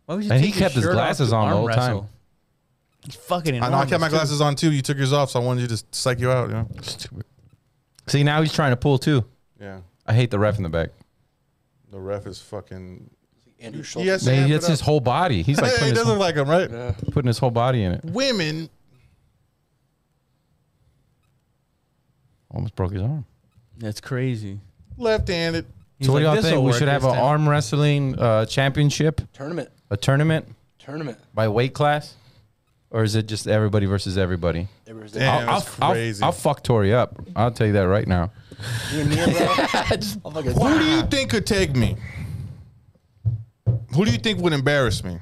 Why would you And he take your kept his shirt off glasses to on the arm whole time. wrestle? He's fucking. I know I enormous, kept my too. glasses on too. You took yours off, so I wanted you to psych you out. You know? See, now he's trying to pull too. Yeah. I hate the ref in the back. The ref is fucking Andrew Schultz. Yes, Man, that's his whole body. He's [laughs] like it putting, his, doesn't look like him, right? Yeah. putting his whole body in it. Women. Almost broke his arm. That's crazy. Left-handed. He's so what do like, y'all "This'll think? We work should have this an time." arm wrestling uh, championship, Tournament. a tournament Tournament. by weight class, or is it just everybody versus everybody? It was Damn. Damn. Yeah, that's I'll, crazy. I'll, I'll fuck Tori up. I'll tell you that right now. You and me, bro. I'll fucking Who do you think could take me? Who do you think would embarrass me?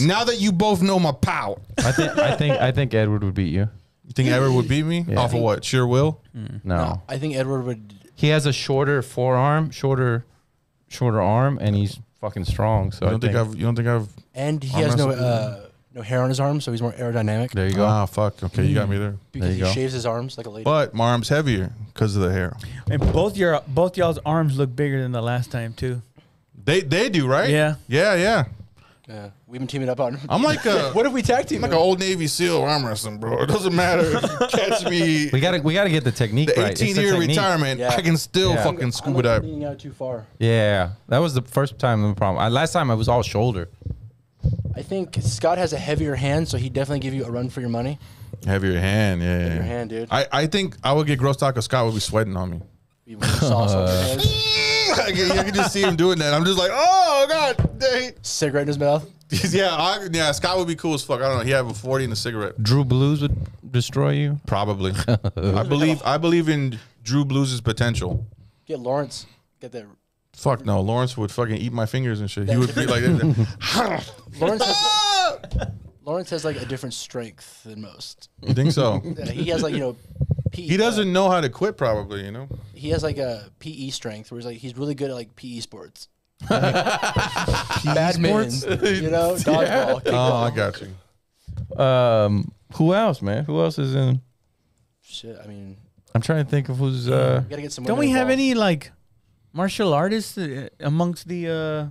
Now that you both know my power, I think I think I think Edward would beat you. you think Edward would beat me Yeah. off of what? Sure will. No. I think Edward would. he has a shorter forearm, shorter, shorter arm, and he's fucking strong. So You I don't think, think, I've? You don't think I've? And he Arm has no wrestle? uh, no hair on his arm, so he's more aerodynamic there you go. Ah, fuck. Okay, you got me there. because you he go. shaves his arms like a lady. But my arm's heavier because of the hair. And both your both y'all's arms look bigger than the last time too. They they do right. Yeah. Yeah. Yeah. yeah. We've been teaming up on. I'm like a what if we tag team? I'm like an old Navy SEAL arm wrestling, bro. It doesn't matter. If you catch me. [laughs] we gotta we gotta get the technique the right. 18 It's the year technique. retirement, Yeah. I can still Yeah. fucking scuba I'm dive. leaning out too far. Yeah, that was the first time the problem. I, last time I was all shoulder. I think Scott has a heavier hand, so he definitely give you a run for your money. Have your hand, yeah. your hand, dude. I, I think I would get grossed out because Scott would be sweating on me. [laughs] You want sauce on your hands, I can, you can just see him doing that. I'm just like, oh god, dang. [laughs] cigarette in his mouth. yeah, I, yeah. Scott would be cool as fuck. I don't know. He have a 40 and a cigarette, Drew Blues would destroy [laughs] you. probably. I believe I believe in Drew Blues' potential. Get Lawrence. Get that. Fuck no, Lawrence would fucking eat my fingers and shit. He would be like, [laughs] "Ah!" Lawrence [laughs] has, Lawrence has like a different strength than most. you think so? Yeah, he has like you know. P, E He doesn't know how to quit, probably. You know. he has like a PE strength where he's like he's really good at like PE sports. Badminton, [laughs] you know, dodgeball. Oh, I got you. Um, who else, man? Who else is in? Shit, I mean, I'm trying to think of who's. Uh, we gotta get some. Don't women we have involved. any like martial artists uh, amongst the? uh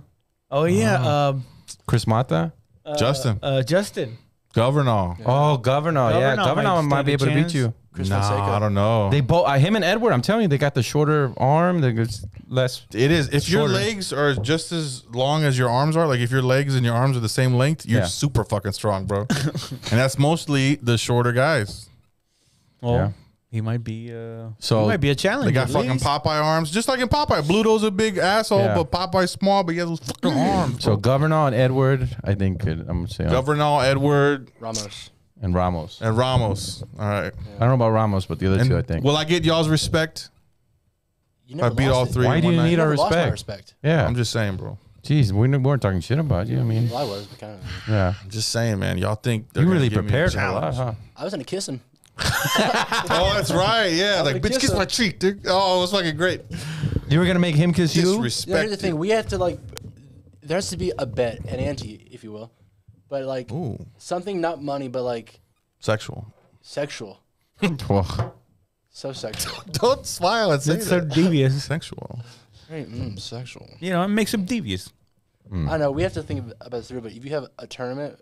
Oh yeah, Uh-huh. um Chris Mata. Justin, uh, Justin. Governor. Oh, Governor. Yeah, Governor might Governor might, stand be a able chance. to beat you. Chris nah, Fonseca. I don't know. They both. Uh, him and Edward. I'm telling you, they got the shorter arm. They got less. It is. If your Shorter. legs are just as long as your arms are, like if your legs and your arms are the same length, you're Yeah. super fucking strong, [laughs] bro. and that's mostly the shorter guys. Well, Yeah. he might be. Uh, So, he might be a challenge. They got at fucking least. Popeye arms, just like in Popeye. Bluto's a big asshole, Yeah. but Popeye's small, but he has those fucking arms. So Governor and Edward, I think. Could, I'm gonna say uh, Governor Edward Ramos. and Ramos. and Ramos. All right. I don't know about Ramos, but the other And two, I think. Will I get y'all's respect? You never I beat lost all it. three. Why in do one you night. need You our never lost my respect? respect. Yeah. I'm just saying, bro. Jeez, we n- weren't talking shit about you. I mean, Well, I was, but kind of. yeah. I'm just saying, man. Y'all think they're You gonna really give me a prepared for a lot, challenge. huh? I was gonna kiss him. Oh, that's right. Yeah, like gonna bitch, kiss kiss him. my cheek, dude. Oh, it was fucking great. You were gonna make him kiss you. Disrespect. You know, here's the thing: we have to like, there has to be a bet, an ante, if you will, but like Ooh, something not money, but like sexual. sexual, [laughs] Ugh. so sexual. [laughs] Don't smile and say That's so devious. [laughs] Sexual. [laughs] right? Hmm. Mm, sexual. You know, it makes him devious. I know we have to think about this through, but if you have a tournament,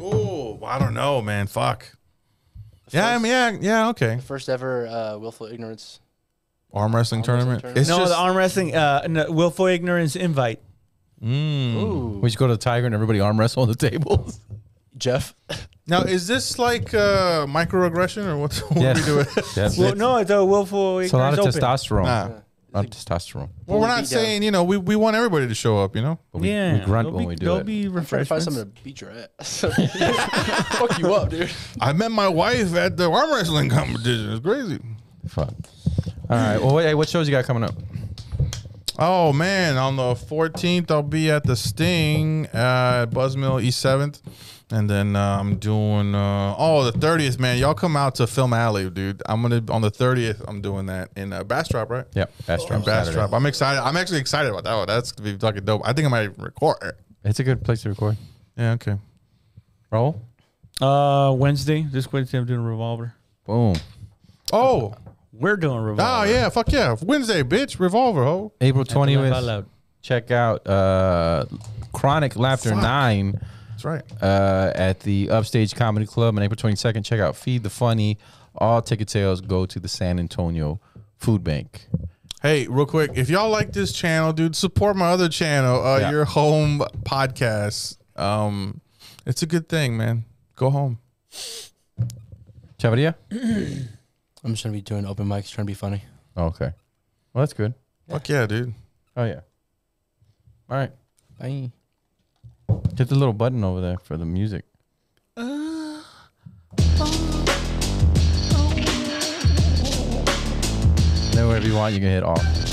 Oh, I don't know, man. Fuck. Yeah, I mean, yeah, yeah, okay. first ever uh, willful ignorance. Arm wrestling tournament. tournament. It's no, just the arm wrestling, uh, no, willful ignorance invite. Mm. Ooh, We should go to the Tiger and everybody arm wrestle on [laughs] the tables. [laughs] Jeff. now is this like uh microaggression or what? [laughs] what Yes. are we doing? Yes. Well, no, it's a willful it's a lot ignorance of open. testosterone. Nah. Not testosterone. Well, we're Beat not down. saying you know we, we want everybody to show up. You know, But we, yeah, we grunt there'll when be, we do there'll it. be Try to find refreshments. someone to beat your ass. [laughs] Fuck you up, dude. I met my wife at the arm wrestling competition. It's crazy. Fuck. All right. Well, wait, hey, what shows you got coming up? Oh man, on the 14th I'll be at the Sting uh, at Buzzmill East 7th. And then uh, I'm doing uh, oh the 30th man, y'all come out to Film Alley, dude. I'm gonna on the 30th I'm doing that in uh, Bastrop, right? Yep. Bastrop. Saturday. Bastrop. I'm excited. I'm actually excited about that. one. That's gonna be fucking dope. I think I might even record. it. It's a good place to record. Yeah, okay. Roll. Uh, Wednesday, this Wednesday, I'm doing revolver. Boom. Oh, We're doing oh revolver. yeah, fuck yeah. Wednesday, bitch. Revolver, ho. April Laugh out 20th. loud. uh, check out uh, Chronic Laughter Fuck. 9 That's right. uh, at the Upstage Comedy Club on April 22nd. Check out Feed the Funny. All ticket sales go to the San Antonio Food Bank. Hey, real quick, if y'all like this channel, dude, support my other channel, uh, Yeah. your home podcast. Um, it's a good thing, man. Go home. Chavarria? I'm just trying to be doing open mics, trying to be funny. Oh, okay. Well, that's good. Fuck yeah, dude. Oh, yeah. All right. Bye. Hit the little button over there for the music. Then wherever you want, you can hit off.